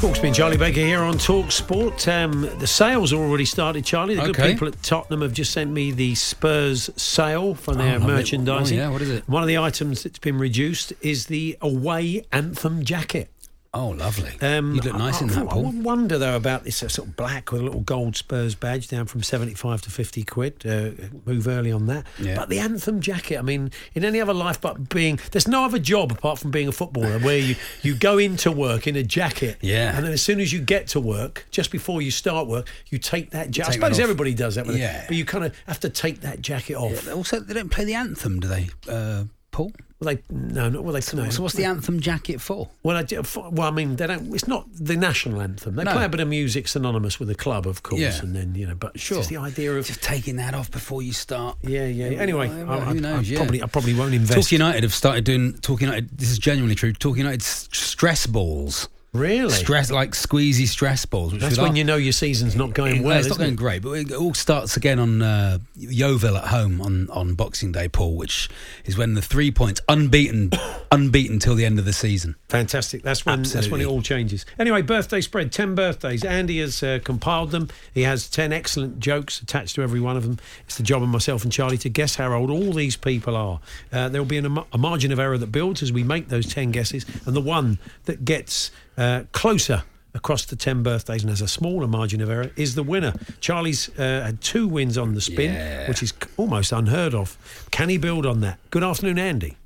Talk's been Charlie Baker here on Talk Sport. Um, the sales are already started, Charlie. The good Okay. people at Tottenham have just sent me the Spurs sale for their Oh, lovely. merchandising. Oh, yeah, what is it? One of the items that's been reduced is the away anthem jacket. Oh, lovely. You'd look nice Um, I, in I, that, I Paul. wonder though about this uh, sort of black with a little gold Spurs badge down from seventy-five to fifty quid. Uh, move early on that. Yeah. But the anthem jacket. I mean, in any other life, but being there's no other job apart from being a footballer where you you go into work in a jacket. Yeah. And then as soon as you get to work, just before you start work, you take that jacket. I Take that suppose off. everybody does that. with it, Yeah. But you kind of have to take that jacket off. Yeah, also, they don't play the anthem, do they, uh, Paul? Well, they no, not well. They no. So, what's the anthem jacket for? Well, I, do- f- well, I mean, they don't. It's not the national anthem. They No. play a bit of music synonymous with the club, of course, Yeah. and then you know. But Sure. sure, just the idea of Just taking that off before you start. yeah, yeah. Anyway, Who I, I, I knows, yeah. probably, I probably won't Talk invest. United have started doing Talk United. This is genuinely true. Talk United s- stress balls, really, stress like squeezy stress balls. Which that's we when like. you know your season's not going It- well. It's not isn't going it? great, but it all starts again on uh, Yeovil at home on, on Boxing Day, Paul, which is when the three points unbeaten, unbeaten till the end of the season. Fantastic. That's when that's when Absolutely. it all changes. Anyway, birthday spread. Ten birthdays. Andy has uh, compiled them. He has ten excellent jokes attached to every one of them. It's the job of myself and Charlie to guess how old all these people are. Uh, there will be an, am- a margin of error that builds as we make those ten guesses, and the one that gets uh, closer. Across the 10 birthdays and has a smaller margin of error, is the winner. Charlie's uh, had two wins on the spin, which is c- almost unheard of. Can he build on that? Good afternoon, Andy.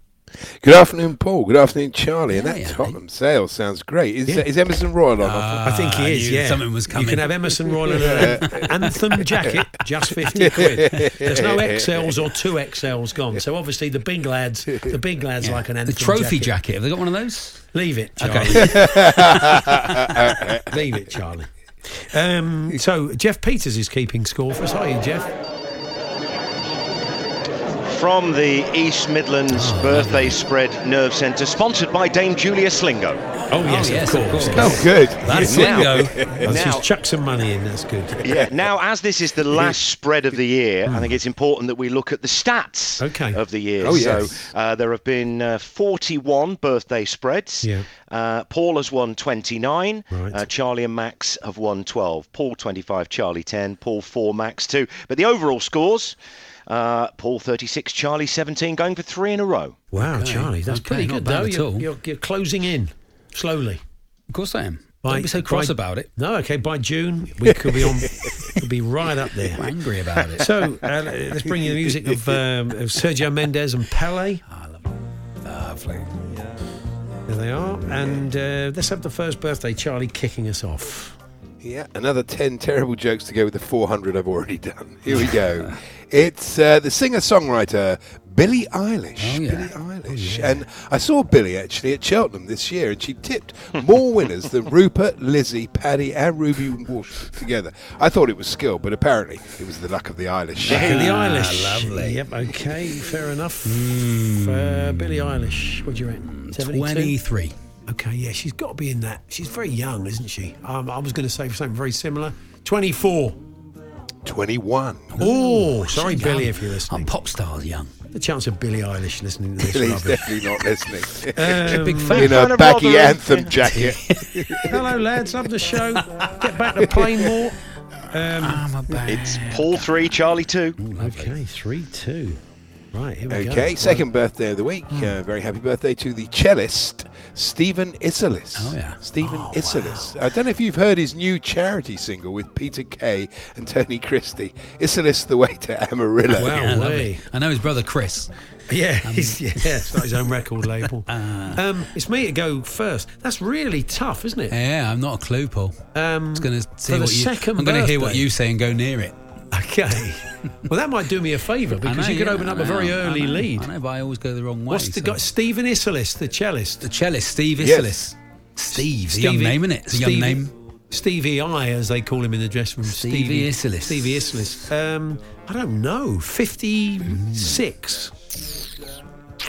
Good afternoon, Paul. Good afternoon, Charlie. and that Hey, Andy. Tottenham sale sounds great. Is, is Emerson Royal on? offer? I think Uh, I he is. knew yeah, something was You coming. can have Emerson Royal and an anthem jacket, just fifty quid. There's no XLs or two XLs gone. So obviously the big lads, the big lads like an The anthem. trophy jacket. jacket. Have they got one of those? Leave it, Charlie. Okay. Leave it, Charlie. Um, so Jeff Peters is keeping score for us. Hi, Jeff. From the East Midlands Birthday Spread Nerve Centre, sponsored by Dame Julia Slingo. Oh yes, yes, of of course. course. oh, good. That's Now- Lingo. Let's Now- just chuck some money in. That's good. Yeah. Now, as this is the last spread of the year, I think it's important that we look at the stats Okay. of the year. Oh, So yes. uh, there have been uh, 41 birthday spreads. Yeah. Uh, Paul has won 29. Right. Uh, Charlie and Max have won 12. Paul 25, Charlie 10, Paul 4, Max 2. But the overall scores uh, Paul 36, Charlie 17, going for three in a row. Wow, Okay. Charlie, that's Okay, pretty not good bad though. at You're, all. you're, you're closing in slowly. Of course I am. By- Don't be so cross by- about it. No, okay. By June, we could be on. could be right up there. I'm angry about it. Oh, So uh, let's bring you the music of, um, of Sergio Mendes and Pele. Ah, Lovely. There they are. And uh, let's have the first birthday Charlie kicking us off. Yeah, another 10 terrible jokes to go with the 400 I've already done. Here we go. it's uh, the singer songwriter Billie Eilish. Oh, yeah. Billie Eilish. And I saw Billie actually at Cheltenham this year, and she tipped more winners than Rupert, Lizzie, Paddy, and Ruby Walsh together. I thought it was skill, but apparently it was the luck of the Eilish. Billie Eilish. Ah, lovely. Hmm. Yep, okay, fair enough. Uh, Billie Eilish, what do you reckon? 72? 23. Okay, yeah, she's got to be in that. She's very young, isn't she? Um, I was going to say something very similar. 24. 21. Oh, sorry, Young. Billy, if you're Oh, listening. pop stars young. The chance of Billie Eilish listening to this Billie's rubbish. definitely not listening. Um, Big In fan. Kind a of baggy rather- anthem jacket. Hello, lads, love the show. Get back to playing more. I'm a bad. It's Paul 3, Charlie 2. Okay, three, two. Right, here we go. Okay, second birthday of the week. Uh, very happy birthday to the cellist Stephen Iselis. Oh, yeah. Stephen Iselis. I don't know if you've heard his new charity single with Peter Kay and Tony Christie. Iselis, the way to Amarillo. Wow. Yeah, lovely. Way. I know his brother Chris. Yeah, he's, yeah, it's not his own record label. um, it's me to go first. That's really tough, isn't it? Yeah, I'm not a clue, Paul. Um, It's going to see the what you. second I'm going to hear what birthday. you say and go near it. okay. well, that might do me a favour I because know, you could yeah, open I up know, a very I early know, lead. I know, but I always go the wrong way. What's the so- guy? Stephen Iselis, the cellist. The cellist, Steve Iselis. Yes. Steve's a young Stevie- name, isn't it? It's a young Stevie- name. Stevie I, as they call him in the dressing room. Stevie Iselis. Stevie Iselis. Um, I don't know. 56.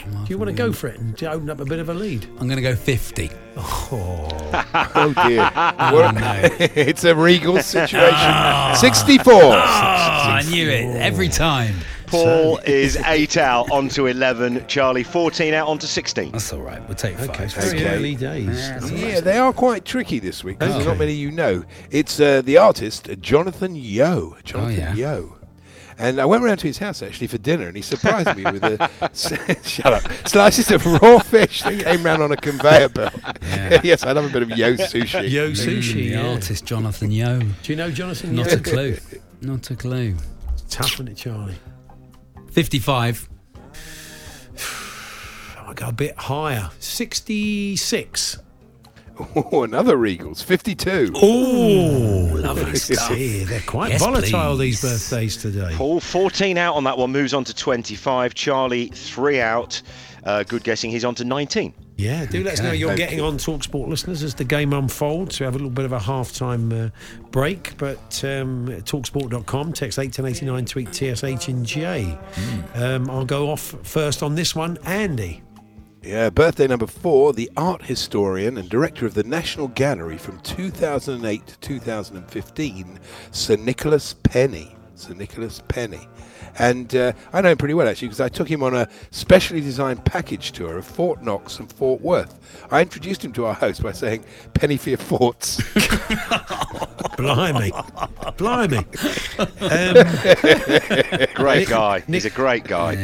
Do you want to go for it and open up a bit of a lead? I'm going to go 50. Oh, dear. Oh, no. Ah. it's a regal situation. 64. I knew it every time. Paul is 8 out onto 11, Charlie 14 out onto 16. That's all right. We'll take Okay, five. it's very Okay. early days. Yeah, they are quite tricky this week. 'cause There's Okay. not many you know. It's uh, the artist Jonathan Yo. Jonathan Oh, yeah. Yo. And I went round to his house actually for dinner, and he surprised me with a shut up slices of raw fish that came round on a conveyor belt. yes, I love a bit of yo sushi. Yo sushi, the yeah. artist Jonathan Yo. Do you know Jonathan? Not Yo? a clue. Not a clue. Tough, isn't it, Charlie? 55. Oh, I go a bit higher. Sixty-six. Oh, another Regals, fifty-two. Oh, lovely stuff. Yeah, they're quite Yes, volatile these birthdays today. Paul, 14 out on that one, moves on to 25. Charlie, 3 out. Uh, good guessing, he's on to 19. Yeah, do let us know Okay. you're Thank getting you. on Talksport listeners as the game unfolds. We have a little bit of a half-time uh, break, but um, talksport.com, text 1889, tweet TSH and J. Hmm. Um, I'll go off first on this one, Andy. Yeah, birthday number four, the art historian and director of the National Gallery from 2008 to 2015, Sir Nicholas Penny. Sir Nicholas Penny. And uh, I know him pretty well actually because I took him on a specially designed package tour of Fort Knox and Fort Worth. I introduced him to our host by saying, Penny for your forts. Blimey. Blimey. Um, great Nick- guy. he's a great guy.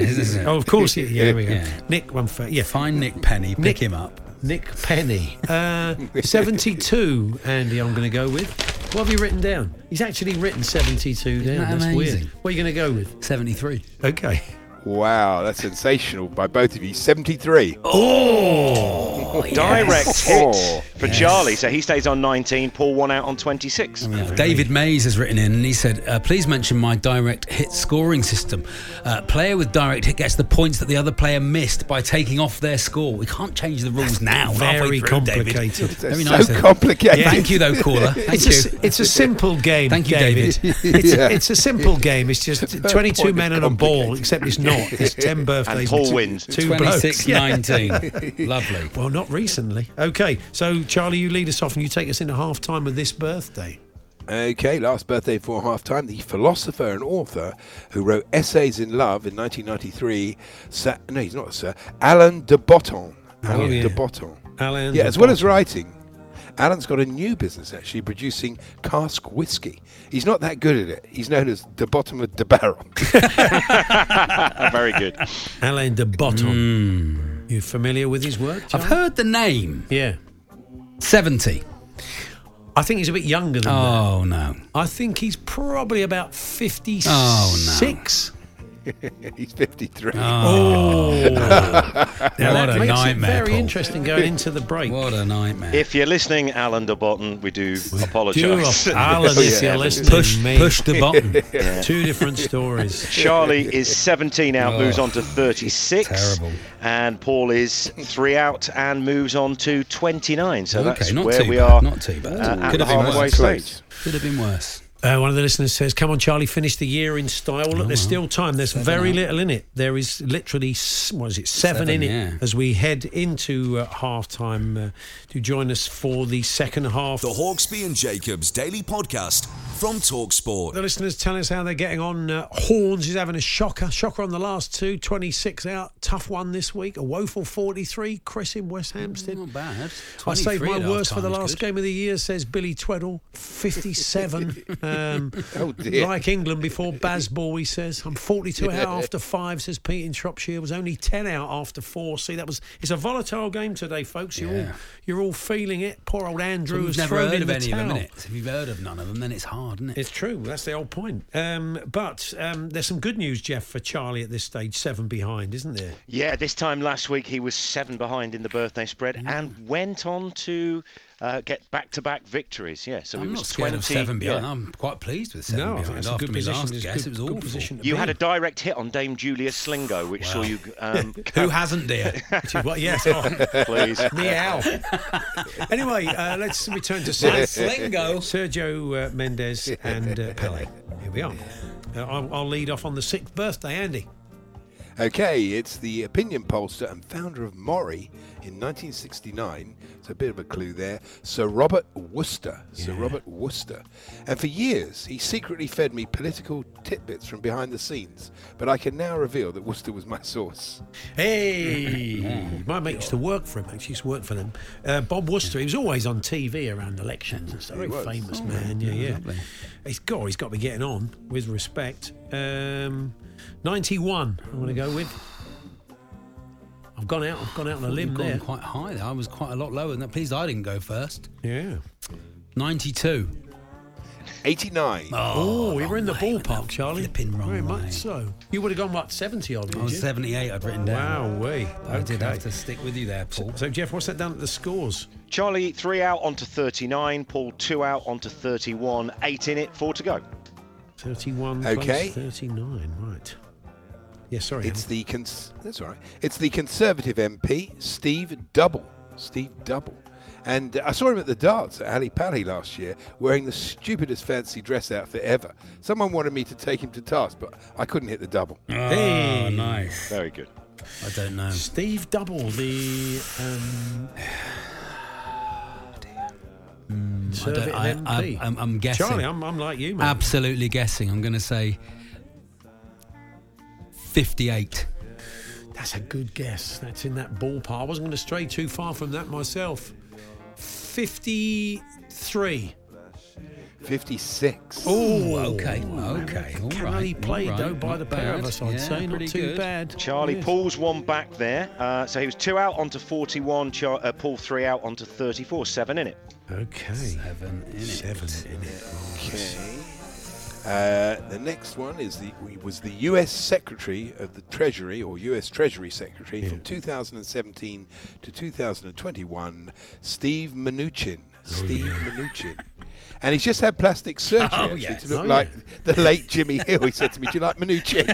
Oh, of course. Yeah, yeah, there we go. Yeah. Nick, one for yeah. Find Nick Penny, pick Nick- him up. Nick Penny, uh, seventy-two. Andy, I'm going to go with. What have you written down? He's actually written seventy-two down. that That's weird. amazing? What are you going to go with? 73. Okay. wow, that's sensational by both of you. 73. Oh! Direct Oh. hit for Charlie, so he stays on 19. Paul, 1 out on 26. Oh, David Mays has written in and he said, uh, Please mention my direct hit scoring system. Uh, player with direct hit gets the points that the other player missed by taking off their score. We can't change the rules now. We're halfway Very through, complicated. David. They're Very so nice. of him. complicated. Yeah. Thank you, though, caller. Thank It's a, you. s- it's a simple game. Thank you, David. It's, Yeah. a, it's a simple game. It's just 22 Point men is and a ball, complicated. except it's not. It's 10 birthdays. And Paul with two- wins. Two blokes. 26 Yeah. 19. Lovely. Well, not recently. Okay, so Charlie, you lead us off and you take us into half time with this birthday. Okay, last birthday for half time, the philosopher and author who wrote Essays in Love in 1993, Sir, no, he's not a Sir, Alan de Botton. Alan Oh, yeah. de Botton. Alan. Yeah, as well as writing, Alan's got a new business actually, producing cask whiskey. He's not that good at it. He's known as the bottom of the barrel. Very good. Alain de Botton. You familiar with his work? Hmm. I've Charlie? heard the name Yeah. 70. I think he's a bit younger than that. Oh, no. I think he's probably about 56. Oh, no. he's 53. Oh. now that a makes nightmare, it very Paul. interesting going into the break. What a nightmare. If you're listening, Alan de Botton, we do Do apologise. a- Alan, if you're listening, push, mate. push the button. Two different stories. Charlie is 17 out, moves Oh, on to 36. terrible. And Paul is three out and moves on to 29. So that's okay, not where too we bad. are. Not too bad. uh, at Could the have been halfway worse. stage. Could have been worse. Uh, one of the listeners says, "Come on, Charlie, finish the year in style." Look, there's still time. There's very little in it. There is literally s- what is it, seven, in Seven, it yeah. as we head into uh, half time uh, to join us for the second half. The Hawksby and Jacobs daily podcast from The Talksport. listeners tell us how they're getting on. Uh, Horns is having a shocker. Shocker on the last two. 26 out. Tough one this week. A woeful 43. Chris in West Hampstead. Not bad. I saved 23 my at worst for the half-time is last good. game of the year, says Billy Tweddle, 57. um, Oh, dear. Like England before Basball, he says. I'm 42 out after five, says Pete in Shropshire. Was only 10 out after four. See, that was it's a volatile game today, folks. You're all Yeah. you're all feeling it. Poor old Andrew You've has never thrown heard in of the any of towel. them, innit? If you've heard of none of them, then it's hard, isn't it? It's true. That's the old point. Um, but um, there's some good news, Jeff, for Charlie at this stage, seven behind, isn't there? Yeah, this time last week he was seven behind in the birthday spread and went on to uh, get back-to-back victories. Yeah, so it I'm was not scared 20, of seven behind. yeah. I'm quite pleased with seven behind. it's After my last It's a guess, it was good awful. position to You be had a in. direct hit on Dame Julia Slingo, which saw you. Um, Who hasn't, dear? Which is what- yes. oh. please. Meow. anyway, uh, let's return to That Sir, Slingo. Sergio uh, Mendes and uh, Pele. Here we are. Uh, I'll, I'll lead off on the sixth birthday, Andy. Okay, it's the opinion pollster and founder of Mori, in 1969. It's a bit of a clue there. Sir Robert Worcester. Sir Robert Worcester. And for years, he secretly fed me political tidbits from behind the scenes. But I can now reveal that Worcester was my source. Hey, my mate used to work for him. Actually, used to work for them. Uh, Bob Worcester. He was always on TV around elections. and stuff. He very was. famous Oh, man. Yeah, yeah, yeah. lovely. He's got. He's got to be getting on with respect. Um, Ninety-one. I'm going to go with. I've gone out. I've gone out on a Well, limb you've gone there. quite high there. I was quite a lot lower than that. Pleased I didn't go first. Yeah. 92. 89. Oh, we were in the ballpark, Charlie. Very much mate. so. You would have gone what seventy odd. I was 78, I'd written down. Wow, we. But Oh, I did have to stick with you there, Paul. So, Jeff, what's that down at the scores? Charlie, three out onto 39. Paul, two out onto 31. Eight in it, four to go. 31 Okay. plus 39, right. Yeah, sorry. It's the cons- that's all right. It's the Conservative MP Steve Double. Steve Double. And uh, I saw him at the darts at Ali Pali last year wearing the stupidest fancy dress outfit ever. Someone wanted me to take him to task, but I couldn't hit the double. Hey. Ah, nice. Very good. I don't know. Steve Double, the. Um, I don't, Conservative I, MP. I, am I'm guessing. Charlie, I'm, I'm like you, man. Absolutely guessing. I'm going to say 58. That's a good guess. That's in that ballpark. I wasn't going to stray too far from that myself. 53. 56. Oh, okay, okay, all Can right, only all played, right, though, by not the pair of bad. us, I'd Yeah, say. Not pretty too good. bad. Charlie, Yes. Paul's one back there. Uh, so he was two out onto 41. Char- uh, Paul, three out onto 34. Seven in it. Okay. Seven in it. Seven in it. Okay. Uh, the next one is the was the U.S. Secretary of the Treasury or U.S. Treasury Secretary from 2017 to 2021, Steve Mnuchin. Steve Mnuchin. And he's just had plastic surgery Oh, actually, yes. to look Oh, like the late Jimmy Hill. He said to me, "Do you like Mnuchin?"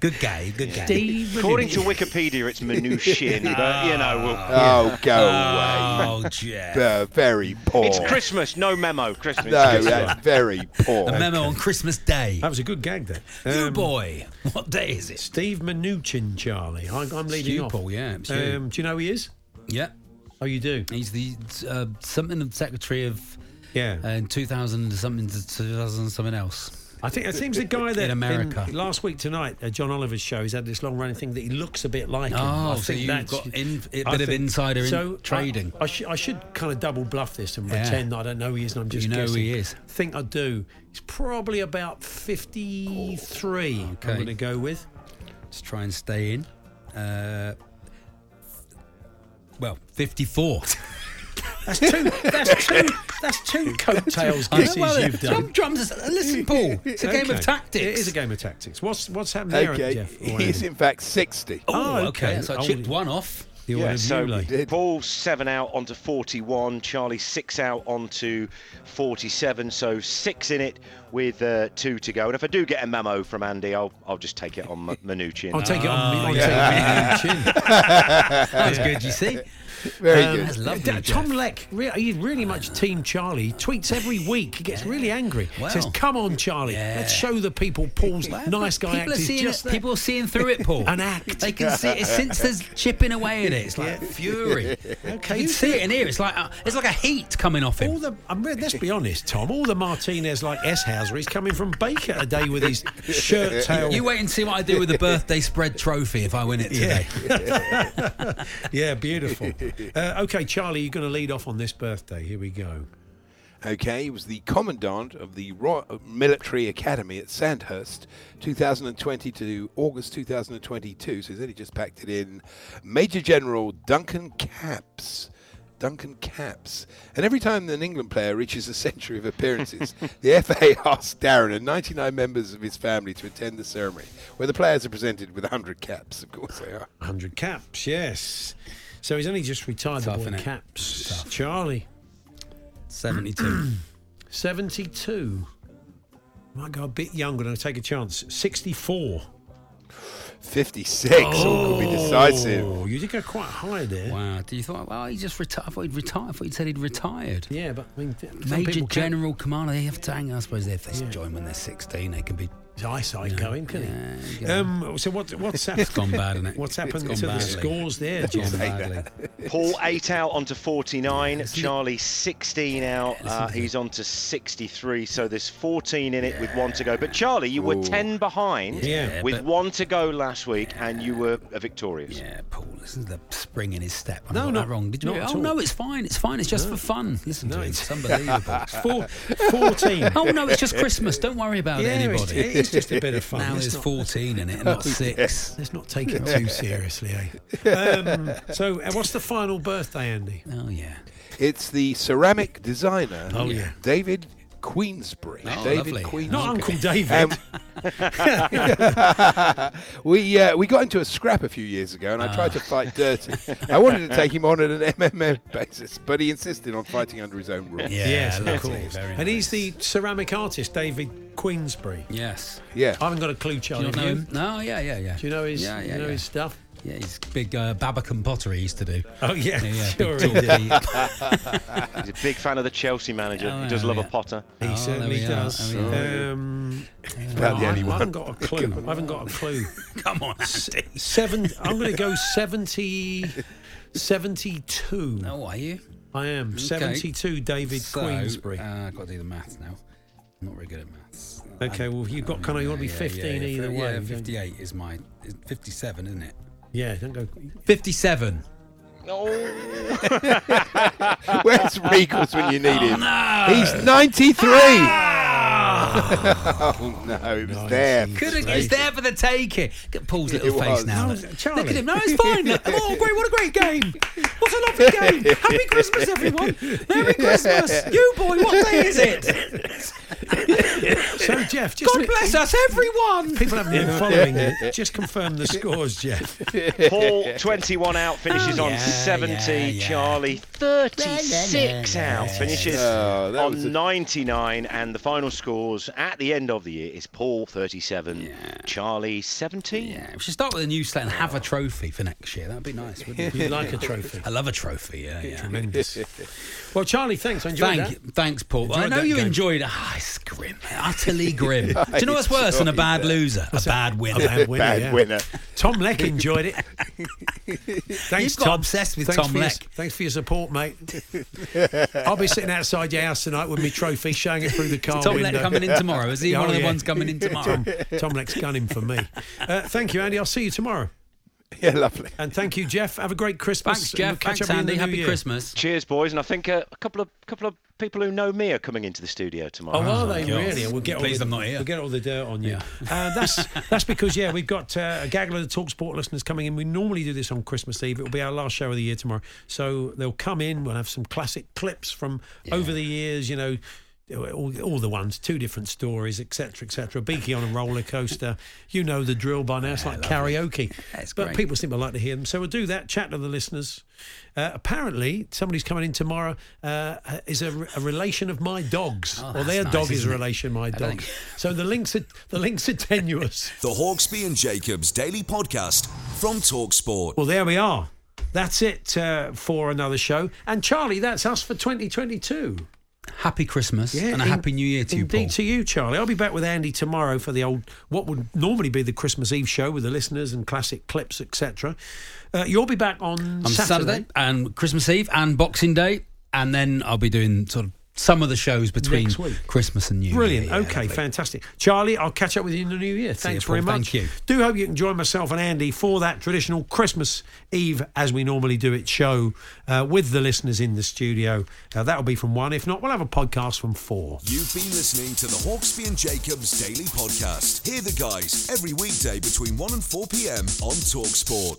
Good guy, good guy. Steve According to Wikipedia, it's Manushin, but you know, we'll, oh, go away! Oh, Jeff. Uh, very poor. it's Christmas. No memo. Christmas. No, Christmas. that's very poor. A memo on Christmas Day. That was a good gag there. you Um, boy. What day is it? Steve Mnuchin, Charlie. I, I'm leading you, off. Paul, yeah, it's you. Um, do you know who he is? Yeah. Oh, you do? He's the uh, something of secretary of Yeah. uh, 2000 something to 2000 something else. I think it seems the guy that America. last week tonight, uh, John Oliver's show, he's had this long running thing that he looks a bit like him. Oh, I so think you've that's- got in- a bit I of insider in- so I- trading. I, should I should kind of double bluff this and Yeah. pretend I don't know who he is and I'm just you know who guessing. he is. I think I do. He's probably about 53, Okay. I'm going to go with. Let's try and stay in. Uh, well, 54. That's two, that's two, that's two coattails guesses you've done. Drum, drums. Listen, Paul. It's a game of Okay. tactics. It is a game of tactics. What's what's happened there, Okay, Jeff? Or he's Andy? in fact 60. Oh, Oh, okay. okay. So I Oh, chipped it- one off. The order Yeah, of so you lot. did. Paul seven out onto 41, Charlie six out onto 47, so six in it with uh, two to go. And if I do get a memo from Andy, I'll I'll just take it on Ma- Manuchin. I'll take it on me. Oh, I'll take it on me. That's good, you see. Very Um, good. That's lovely. Da- Tom Leck, re- he's really much Team Charlie. He tweets every week. He gets really angry. Wow. Says, "Come on, Charlie, let's show the people Paul's nice guy people act are is seeing just it, people are seeing through it, Paul. An act. They can see it since there's chipping away at it. It's like fury. Okay, you you can see it in here. It's like a, it's like a heat coming off All him. the, I mean, let's be honest, Tom. All the Martinez like S Hauser is coming from Baker today with his shirt tail. You wait and see what I do with the birthday spread trophy if I win it today. yeah, beautiful. Uh, okay, Charlie, you're going to lead off on this birthday. Here we go. Okay, he was the commandant of the Royal Military Academy at Sandhurst, 2020 to August 2022. So he's only just packed it in. Major General Duncan Caps. Duncan Caps. And every time an England player reaches a century of appearances, the FA asks Darren and 99 members of his family to attend the ceremony, where the players are presented with 100 caps. Of course they are. 100 caps, yes. So he's only just retired Tough, the boy innit? caps. Tough. Charlie, Seventy-two. 72. Might go a bit younger, and I'll take a chance. 64. 56. All could be decisive. Oh, you did go quite high there. wow. Do you thought? Well, he just retired. I thought he'd retired. I thought he'd said he'd retired. Yeah, but I mean, th- some Major people can- General Commander. They have to hang. I suppose if they join when they're sixteen, they can be His eyesight going, can he? Um, so what, what's happened? It's gone bad, hasn't it? What's It's happened gone to the badly. scores there? It's do you gone think? badly. Paul eight out onto 49. Charlie 16 out. Uh, he's onto 63. So there's 14 in it with one to go. But Charlie, you were Ooh. 10 behind Yeah, with but- one to go last week, and you were uh, victorious. Yeah, Paul. Listen to the spring in his step. I No, got no, that wrong. Did you? not at oh all. no, it's fine. It's fine. It's just No. for fun. Listen to it. It's unbelievable. It's Four- four, 14. Oh no, it's just Christmas. Don't worry about Yeah, anybody. it's- it is just a bit of fun. Now Let's there's not- 14 in it, and Oh, not six. Let's not take it too seriously, eh? Um, so, uh, what's the final birthday, Andy? Oh yeah. It's the ceramic designer. Oh, yeah. David Queensbury. Oh, David lovely. Queensbury. Not Uncle Um, David. we uh, we got into a scrap a few years ago, and I tried to fight dirty. I wanted to take him on at an MMA basis, but he insisted on fighting under his own rules. yes, of course. And he's the ceramic artist, David Queensbury. Yes. Yeah. I haven't got a clue, Charlie. not know have you? him? No, yeah, yeah, yeah. Do you know his, Yeah, yeah, you know yeah. his stuff? Yeah, he's big uh, Barbican pottery he used to do. Oh, yeah, sure big Oh, he did. talky. He's a big fan of the Chelsea manager. Oh, he does yeah, love a yeah. potter. He Oh, certainly there we are. does. There we are. Um, about oh, the only I, I haven't one. got a clue. I haven't got a clue. Come on, Seven. I'm going to go 70, 72. Oh, are you? I am Okay. 72. David So, Queensbury. Uh, I've got to do the maths now. I'm not very good at maths. Oh, Okay, well, you've got kind of you want to be 15 yeah, either yeah, way. Yeah, 58 is my. is 57, isn't it? Yeah, don't go. 57. Where's Regals when you need him? no. He's 93. oh, no, it was there. Could have, it's there for the taking. Look at Paul's little It face was. now. No, Look, Charlie. look at him. No, it's fine. Look, oh, great! What a great game! What a lovely game! Happy Christmas, everyone! Merry Christmas! You boy, what day is it? So, Jeff, just God bless us, everyone! people haven't been following it. Just confirm the scores, Jeff. Paul 21 out, finishes Oh, on yeah, 70. yeah, yeah. Charlie 36 La, la, la, la, out, la. finishes Oh, that was a- on 99. And the final scores at the end of the year is Paul 37, Charlie 17. Yeah, we should start with a new slate and have a trophy for next year. That'd be nice, wouldn't You'd it? like a trophy. I love a trophy. Yeah, yeah. Tremendous. Well, Charlie, thanks. I enjoyed Thank, that. you- thanks, Paul. Enjoyed I know that you game. enjoyed it. Ah, it's grim, utterly grim. Do you know what's worse than a enjoyed bad loser? A bad winner. A bad winner. Bad yeah. winner. Tom Leck enjoyed it. Thanks, You've got Tom. obsessed with thanks Tom for your- Leck. thanks for your support, mate. I'll be sitting outside your house tonight with my trophy, showing it through the car Tom window. Leck coming in tomorrow. Is he Yeah, one oh, of the yeah. ones coming in tomorrow? Tom, Tom Leck's gunning for me. Uh, thank you, Andy. I'll see you tomorrow. Yeah, lovely. And thank you, Jeff. Have a great Christmas. Thanks, and we'll Jeff. catch Thanks, up with you in the Andy. new Happy year. Christmas. Cheers, boys. And I think uh, a couple of couple of people who know me are coming into the studio tomorrow. Oh, are they God. really? We'll get all Pleased the, I'm not here. We'll get all the dirt on you. Uh, that's that's because yeah, we've got uh, a gaggle of the Talksport listeners coming in. We normally do this on Christmas Eve. It'll be our last show of the year tomorrow, so they'll come in. We'll have some classic clips from over the years. You know. All, all the ones, two different stories, etc., etc. Beaky on a roller coaster, you know the drill by now. It's like karaoke, That's but great. people seem to like to hear them. So we'll do that. Chat to the listeners. Uh, apparently, somebody's coming in tomorrow. Uh, is a, a relation of my dog's, Oh, or that's their nice, dog is a isn't it? relation of my don't dog's. So the links are the links are tenuous. The Hawksby and Jacobs Daily Podcast from Talksport. Well, there we are. That's it uh, for another show. And Charlie, that's us for 2022. Happy Christmas and a in- happy New Year to you, indeed Paul. to you, Charlie. I'll be back with Andy tomorrow for the old, what would normally be the Christmas Eve show with the listeners and classic clips, etc. Uh, you'll be back on on Saturday and Christmas Eve and Boxing Day, and then I'll be doing sort of some of the shows between Next week. Christmas and New Brilliant. Year. Yeah, okay, lovely. fantastic. Charlie, I'll catch up with you in the new year. See Thanks you, Paul. very much. Thank you. Do hope you can join myself and Andy for that traditional Christmas Eve, as we normally do it, show uh, with the listeners in the studio. Uh, that'll be from one. If not, we'll have a podcast from four. You've been listening to the Hawksby and Jacobs Daily Podcast. Hear the guys every weekday between 1 and 4 p.m. on Talksport.